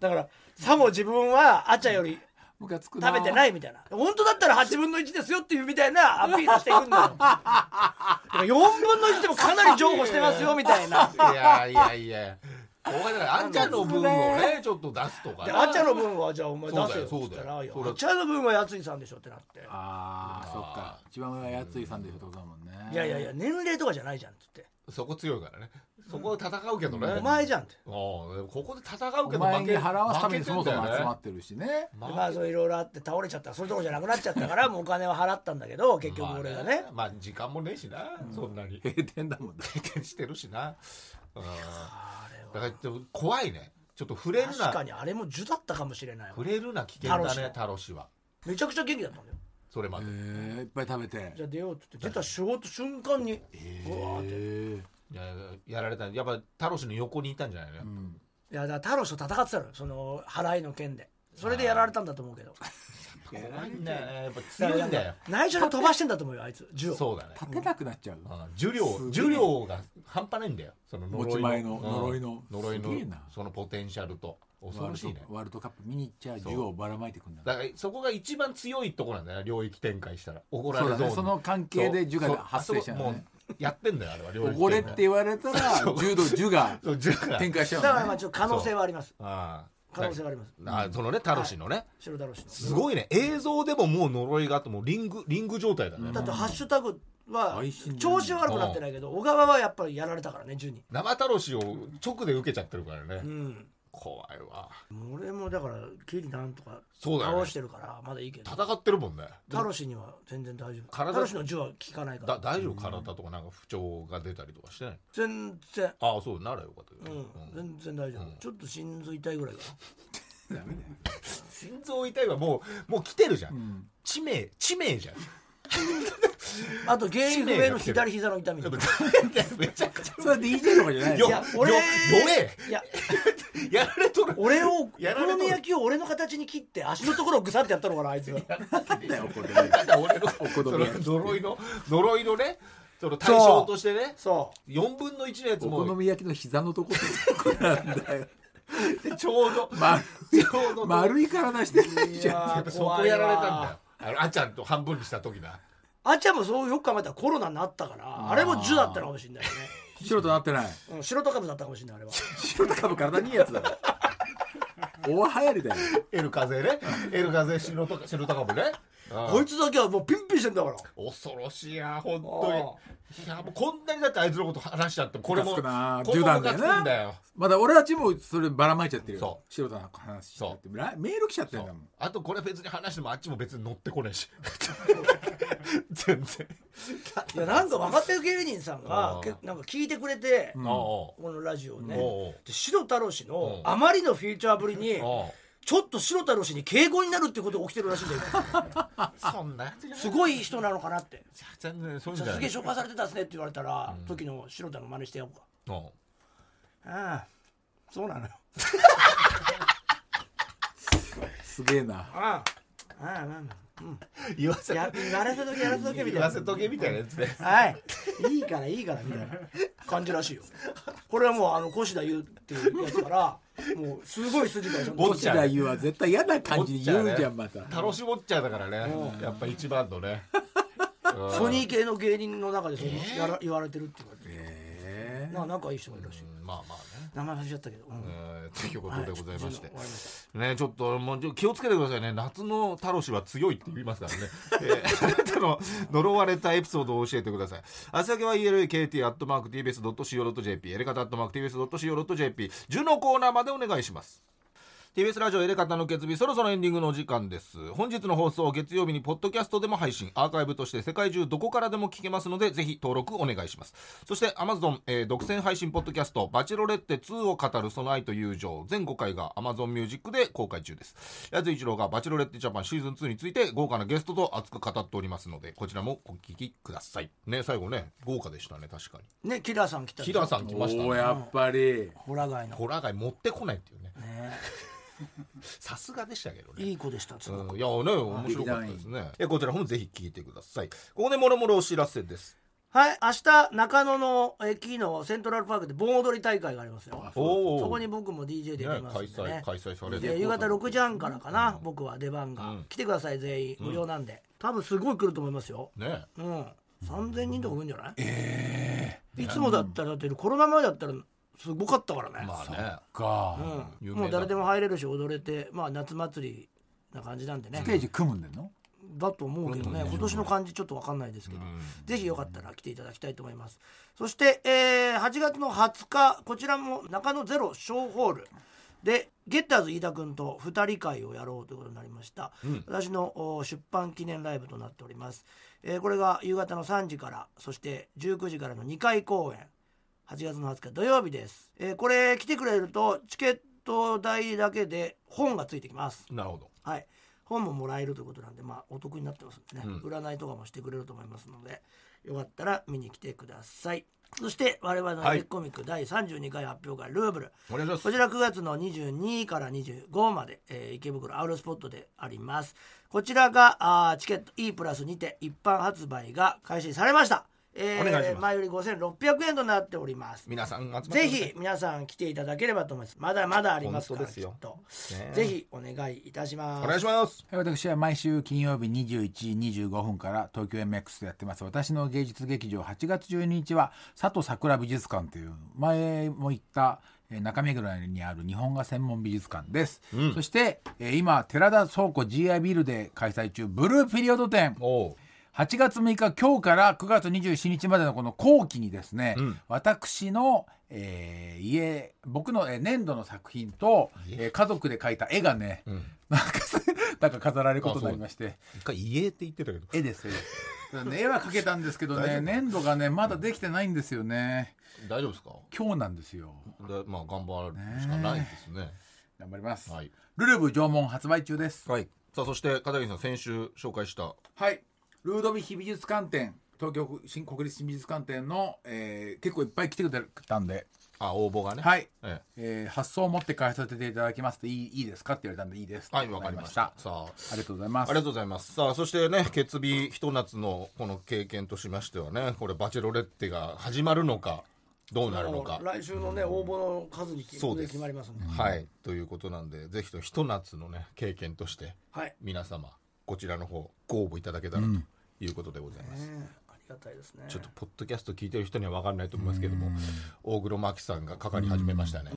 だからさも自分はあちゃよりムカつく食べてないいみたいな本当だったら8分の1ですよっていうみたいなアピールしていくんだよだ から4分の1でもかなり譲歩してますよみたいなうんいやいやいやお前だからあんちゃんの分をねちょっと出すとか でねあちゃの分はじゃあお前出せよってそ言うっだたよらいやそうだよあちゃの分はやついさんでしょってなってああそっか一番上はやついさんでしょってことだもんねいやいやいや年齢とかじゃないじゃんって言ってそこ強いからねそこで戦うけどねお前じゃんってああここで戦うおけど前負にけ払わすために負けそてもんだそもよね集まってるしねまでまあそういろいろあって倒れちゃったそれどころじゃなくなっちゃっ たからもうお金は払ったんだけど結局俺がねまあ時間もねえしな、そんなに閉店だもんね経験してるしな、うん、だからちょっと怖いねちょっと触れる確かなにあれも樹だったかもしれないわ触れるな危険だねタタロシはめちゃくちゃ元気だったんだよそれまで、えーいっぱい食べてじゃあ出ようって言って出た仕事瞬間にうわーってえいややられたやっぱタロシの横にいたんじゃないの、いやだから太郎と戦ってたのよその払いの件でそれでやられたんだと思うけど怖いんだよねやっぱ強いんだよ内緒に飛ばしてんだと思うよあいつ銃をそうだね立てなくなっちゃううん呪量すげえ呪量が半端ないんだよその呪い持ち前のうん呪いの呪いすげえなのそのポテンシャルと恐ろしいねワールドカップ見に行っちゃう銃をばらまいてくんだだからそこが一番強いところなんだよな領域展開したら怒られそうるだゾーンねその関係で銃が発生しちゃうそのそもねうやってんだよあ れは領お域ごれって言われたら柔道銃がそう銃が展開しちゃだうからのまあねちょっと可能性はありますああ可能性がありますああそのねタロシのね、白太郎氏すごいね映像でももう呪いがあってもうリングリング状態だね、のだってハッシュタグは配信で調子は悪くなってないけど小川はやっぱりやられたからね銃に生タロシを直で受けちゃってるからね、うん怖いわ俺もだからキリなんとかそうだよね倒してるからまだいいけど戦ってるもんねタロシには全然大丈夫体タロシの銃は効かないかだら大丈夫体とかなんか不調が出たりとかしてない全然ああそうならよかったけうどね、んうん全然大丈夫ちょっと心臓痛いぐらいか心臓痛いはもうもう来てるじゃん、致命致命じゃんなあと原因不明の左膝の痛みやっぱめちゃくちゃそれは DJ とかじゃないよのいや俺よ弱えいややられとる俺をおやられとる好み焼きを俺の形に切って足のところをグサってやったのかなあいつがなんだよこれただ俺の好み焼きその呪いの呪いのねその対象としてねそ4分の1のやつお好もみ焼きの膝のとこってなんだよちょうど丸ちょうど丸い体してないじゃんやっぱそこやられたんだよあのあちゃんと半分にした時だあっちゃんもそうよく考えたらコロナになったからあれも銃だったのかもし れないよ白となってないね、うん、白トカブだったかもしれないあれは白と株体にいいやつだろ大流行りだよエル風ねエル風白とか白とかもねああこいつだけはもうピンピンしてんだから恐ろしいや本当にいやもうこんなにだってあいつのこと話しちゃってもこれもムカこつくなれも冗談だよなムカつくんだよまだ俺たちもそればらまいちゃってるよそ白との話しちゃってらメール来ちゃってんだもんあとこれ別に話してもあっちも別に乗ってこない し全然いや なんか若手芸人さんがあーけなんか聞いてくれて、ああこのラジオをねおうおうで白太郎氏のうんあまりのフィーチャーぶりにおちょっと白太郎氏に敬語になるってことが起きてるらしいんだ よそんなやつじゃないすごい人なのかなって全然そういうんじじゃゃあなすいげえ紹介されてたっすねって言われたら、時の白田の真似してやろうかうんああそうなのよすげえなああああまあまあうん言わせややらせとけやらせとけみたい言なわせとけみたいなやつではいいいからいいからみたいな感じらしいよこれはもうあの越田優っていうやつからもうすごい筋がちゃんとぼっ星田優は絶対嫌な感じに言うじゃんまた楽しもっちゃうだからねやっぱ一番のねうんソニー系の芸人の中でそのやら言われてるって言われてるえまあ仲いい人もいるらしいうんまあまあね名前忘れちゃったけど、うんうんということでございまして終わりましたねちょっともうちょ気をつけてくださいね夏のタロシは強いって言いますからね、えー、あなたの呪われたエピソードを教えてくださいあ先は elakt.tbs.co.jp エレカタ .tbs.co.jp 10のコーナーまでお願いします TBS ラジオエレカタの決日そろそろエンディングのお時間です本日の放送月曜日にポッドキャストでも配信アーカイブとして世界中どこからでも聞けますのでぜひ登録お願いしますそして Amazon、えー独占配信ポッドキャスト「バチェロレッテ2を語るその愛と友情」全5回が Amazon ミュージックで公開中です八津一郎が「バチェロレッテジャパンシーズン2について豪華なゲストと熱く語っておりますのでこちらもお聞きくださいね最後ね豪華でしたね確かにねキラーさん来たキラさん来おましたおねやっぱりホラガイのホラー街持ってこないっていうねねさすがでしたけどねいい子でしたすごくうんいやね面白かったですねえこちらもぜひ聞いてくださいここでもろもろお知らせですはい明日中野の駅のセントラルパークで盆踊り大会がありますよおおそこに僕も DJ で出ねます開んでね催開催されでる夕方6時半からかな、僕は出番が、うん来てください全員無料なんで、多分すごい来ると思いますよねうん3000人とか来るんじゃないいつもだったらだってコロナ前だったらすごかったからね、まあねかうん、有名だもう誰でも入れるし踊れてまあ夏祭りな感じなんでねステージ組むんでんのだと思うけどね今年の感じちょっと分かんないですけど、ぜひよかったら来ていただきたいと思いますそして、えー8月の20日こちらも中野ゼロショーホールでゲッターズ飯田君と2人会をやろうということになりました、私のお出版記念ライブとなっております、えーこれが夕方の3時からそして19時からの2回公演8月の20日土曜日です、えーこれ来てくれるとチケット代だけで本がついてきますなるほどはい、本ももらえるということなんで、まあ、お得になってますんでね、うん占いとかもしてくれると思いますのでよかったら見に来てくださいそして我々のはいエレコミック第32回発表会「ルーブル」お願いしますこちら9月の22から25まで、えー池袋アウルスポットでありますこちらがあーチケット E プラスにて一般発売が開始されました、えーお願いします前より5600円となっております皆さん集まってくださぜいひ皆さん来ていただければと思いますまだまだありますから本当できすっよと、ねぜひお願いいたしますお願いしますはい私は毎週金曜日21時25分から東京 MX でやってます私の芸術劇場8月12日は佐藤桜美術館という前も言ったえー中目黒にある日本画専門美術館です、そしてえー今寺田倉庫 GI ビルで開催中ブルーピリオド展おう8月6日今日から9月27日までのこの後期にですね、うん私の、えー家僕のえー粘土の作品と、えー家族で描いた絵がね、んなんかす なんか飾られることになりまして一回家って言ってたけど絵です絵ですただね絵は描けたんですけど 大丈ね夫粘土がねまだできてないんですよね大丈夫ですか今日なんですよでまあ頑張るしかないですね頑張ります、はいルルブ縄文発売中ですはいさあそして片桐さん先週紹介したはい、ルードビヒ美術館展、東京新国立新美術館展の、えー結構いっぱい来てくれたんで、あ応募がねはい、ええー発想を持って返させていただきますといいいいですかって言われたんでいいです。えはいわかりましたさあありがとうございまあす。りがとうございます。さあ、そしてね、決日ひと夏のこの経験としましてはね、これバチェロレッテが始まるのか、どうなるのか。来週のね、応募の数にそうです決まりますんで、はい、ということなんで、ぜひとひと夏のね、経験として、はい、皆様、こちらの方、ご応募いただけたらということでございます。ありがたいですねちょっとポッドキャスト聞いてる人には分かんないと思いますけども、大黒摩季さんがかかり始めましたね。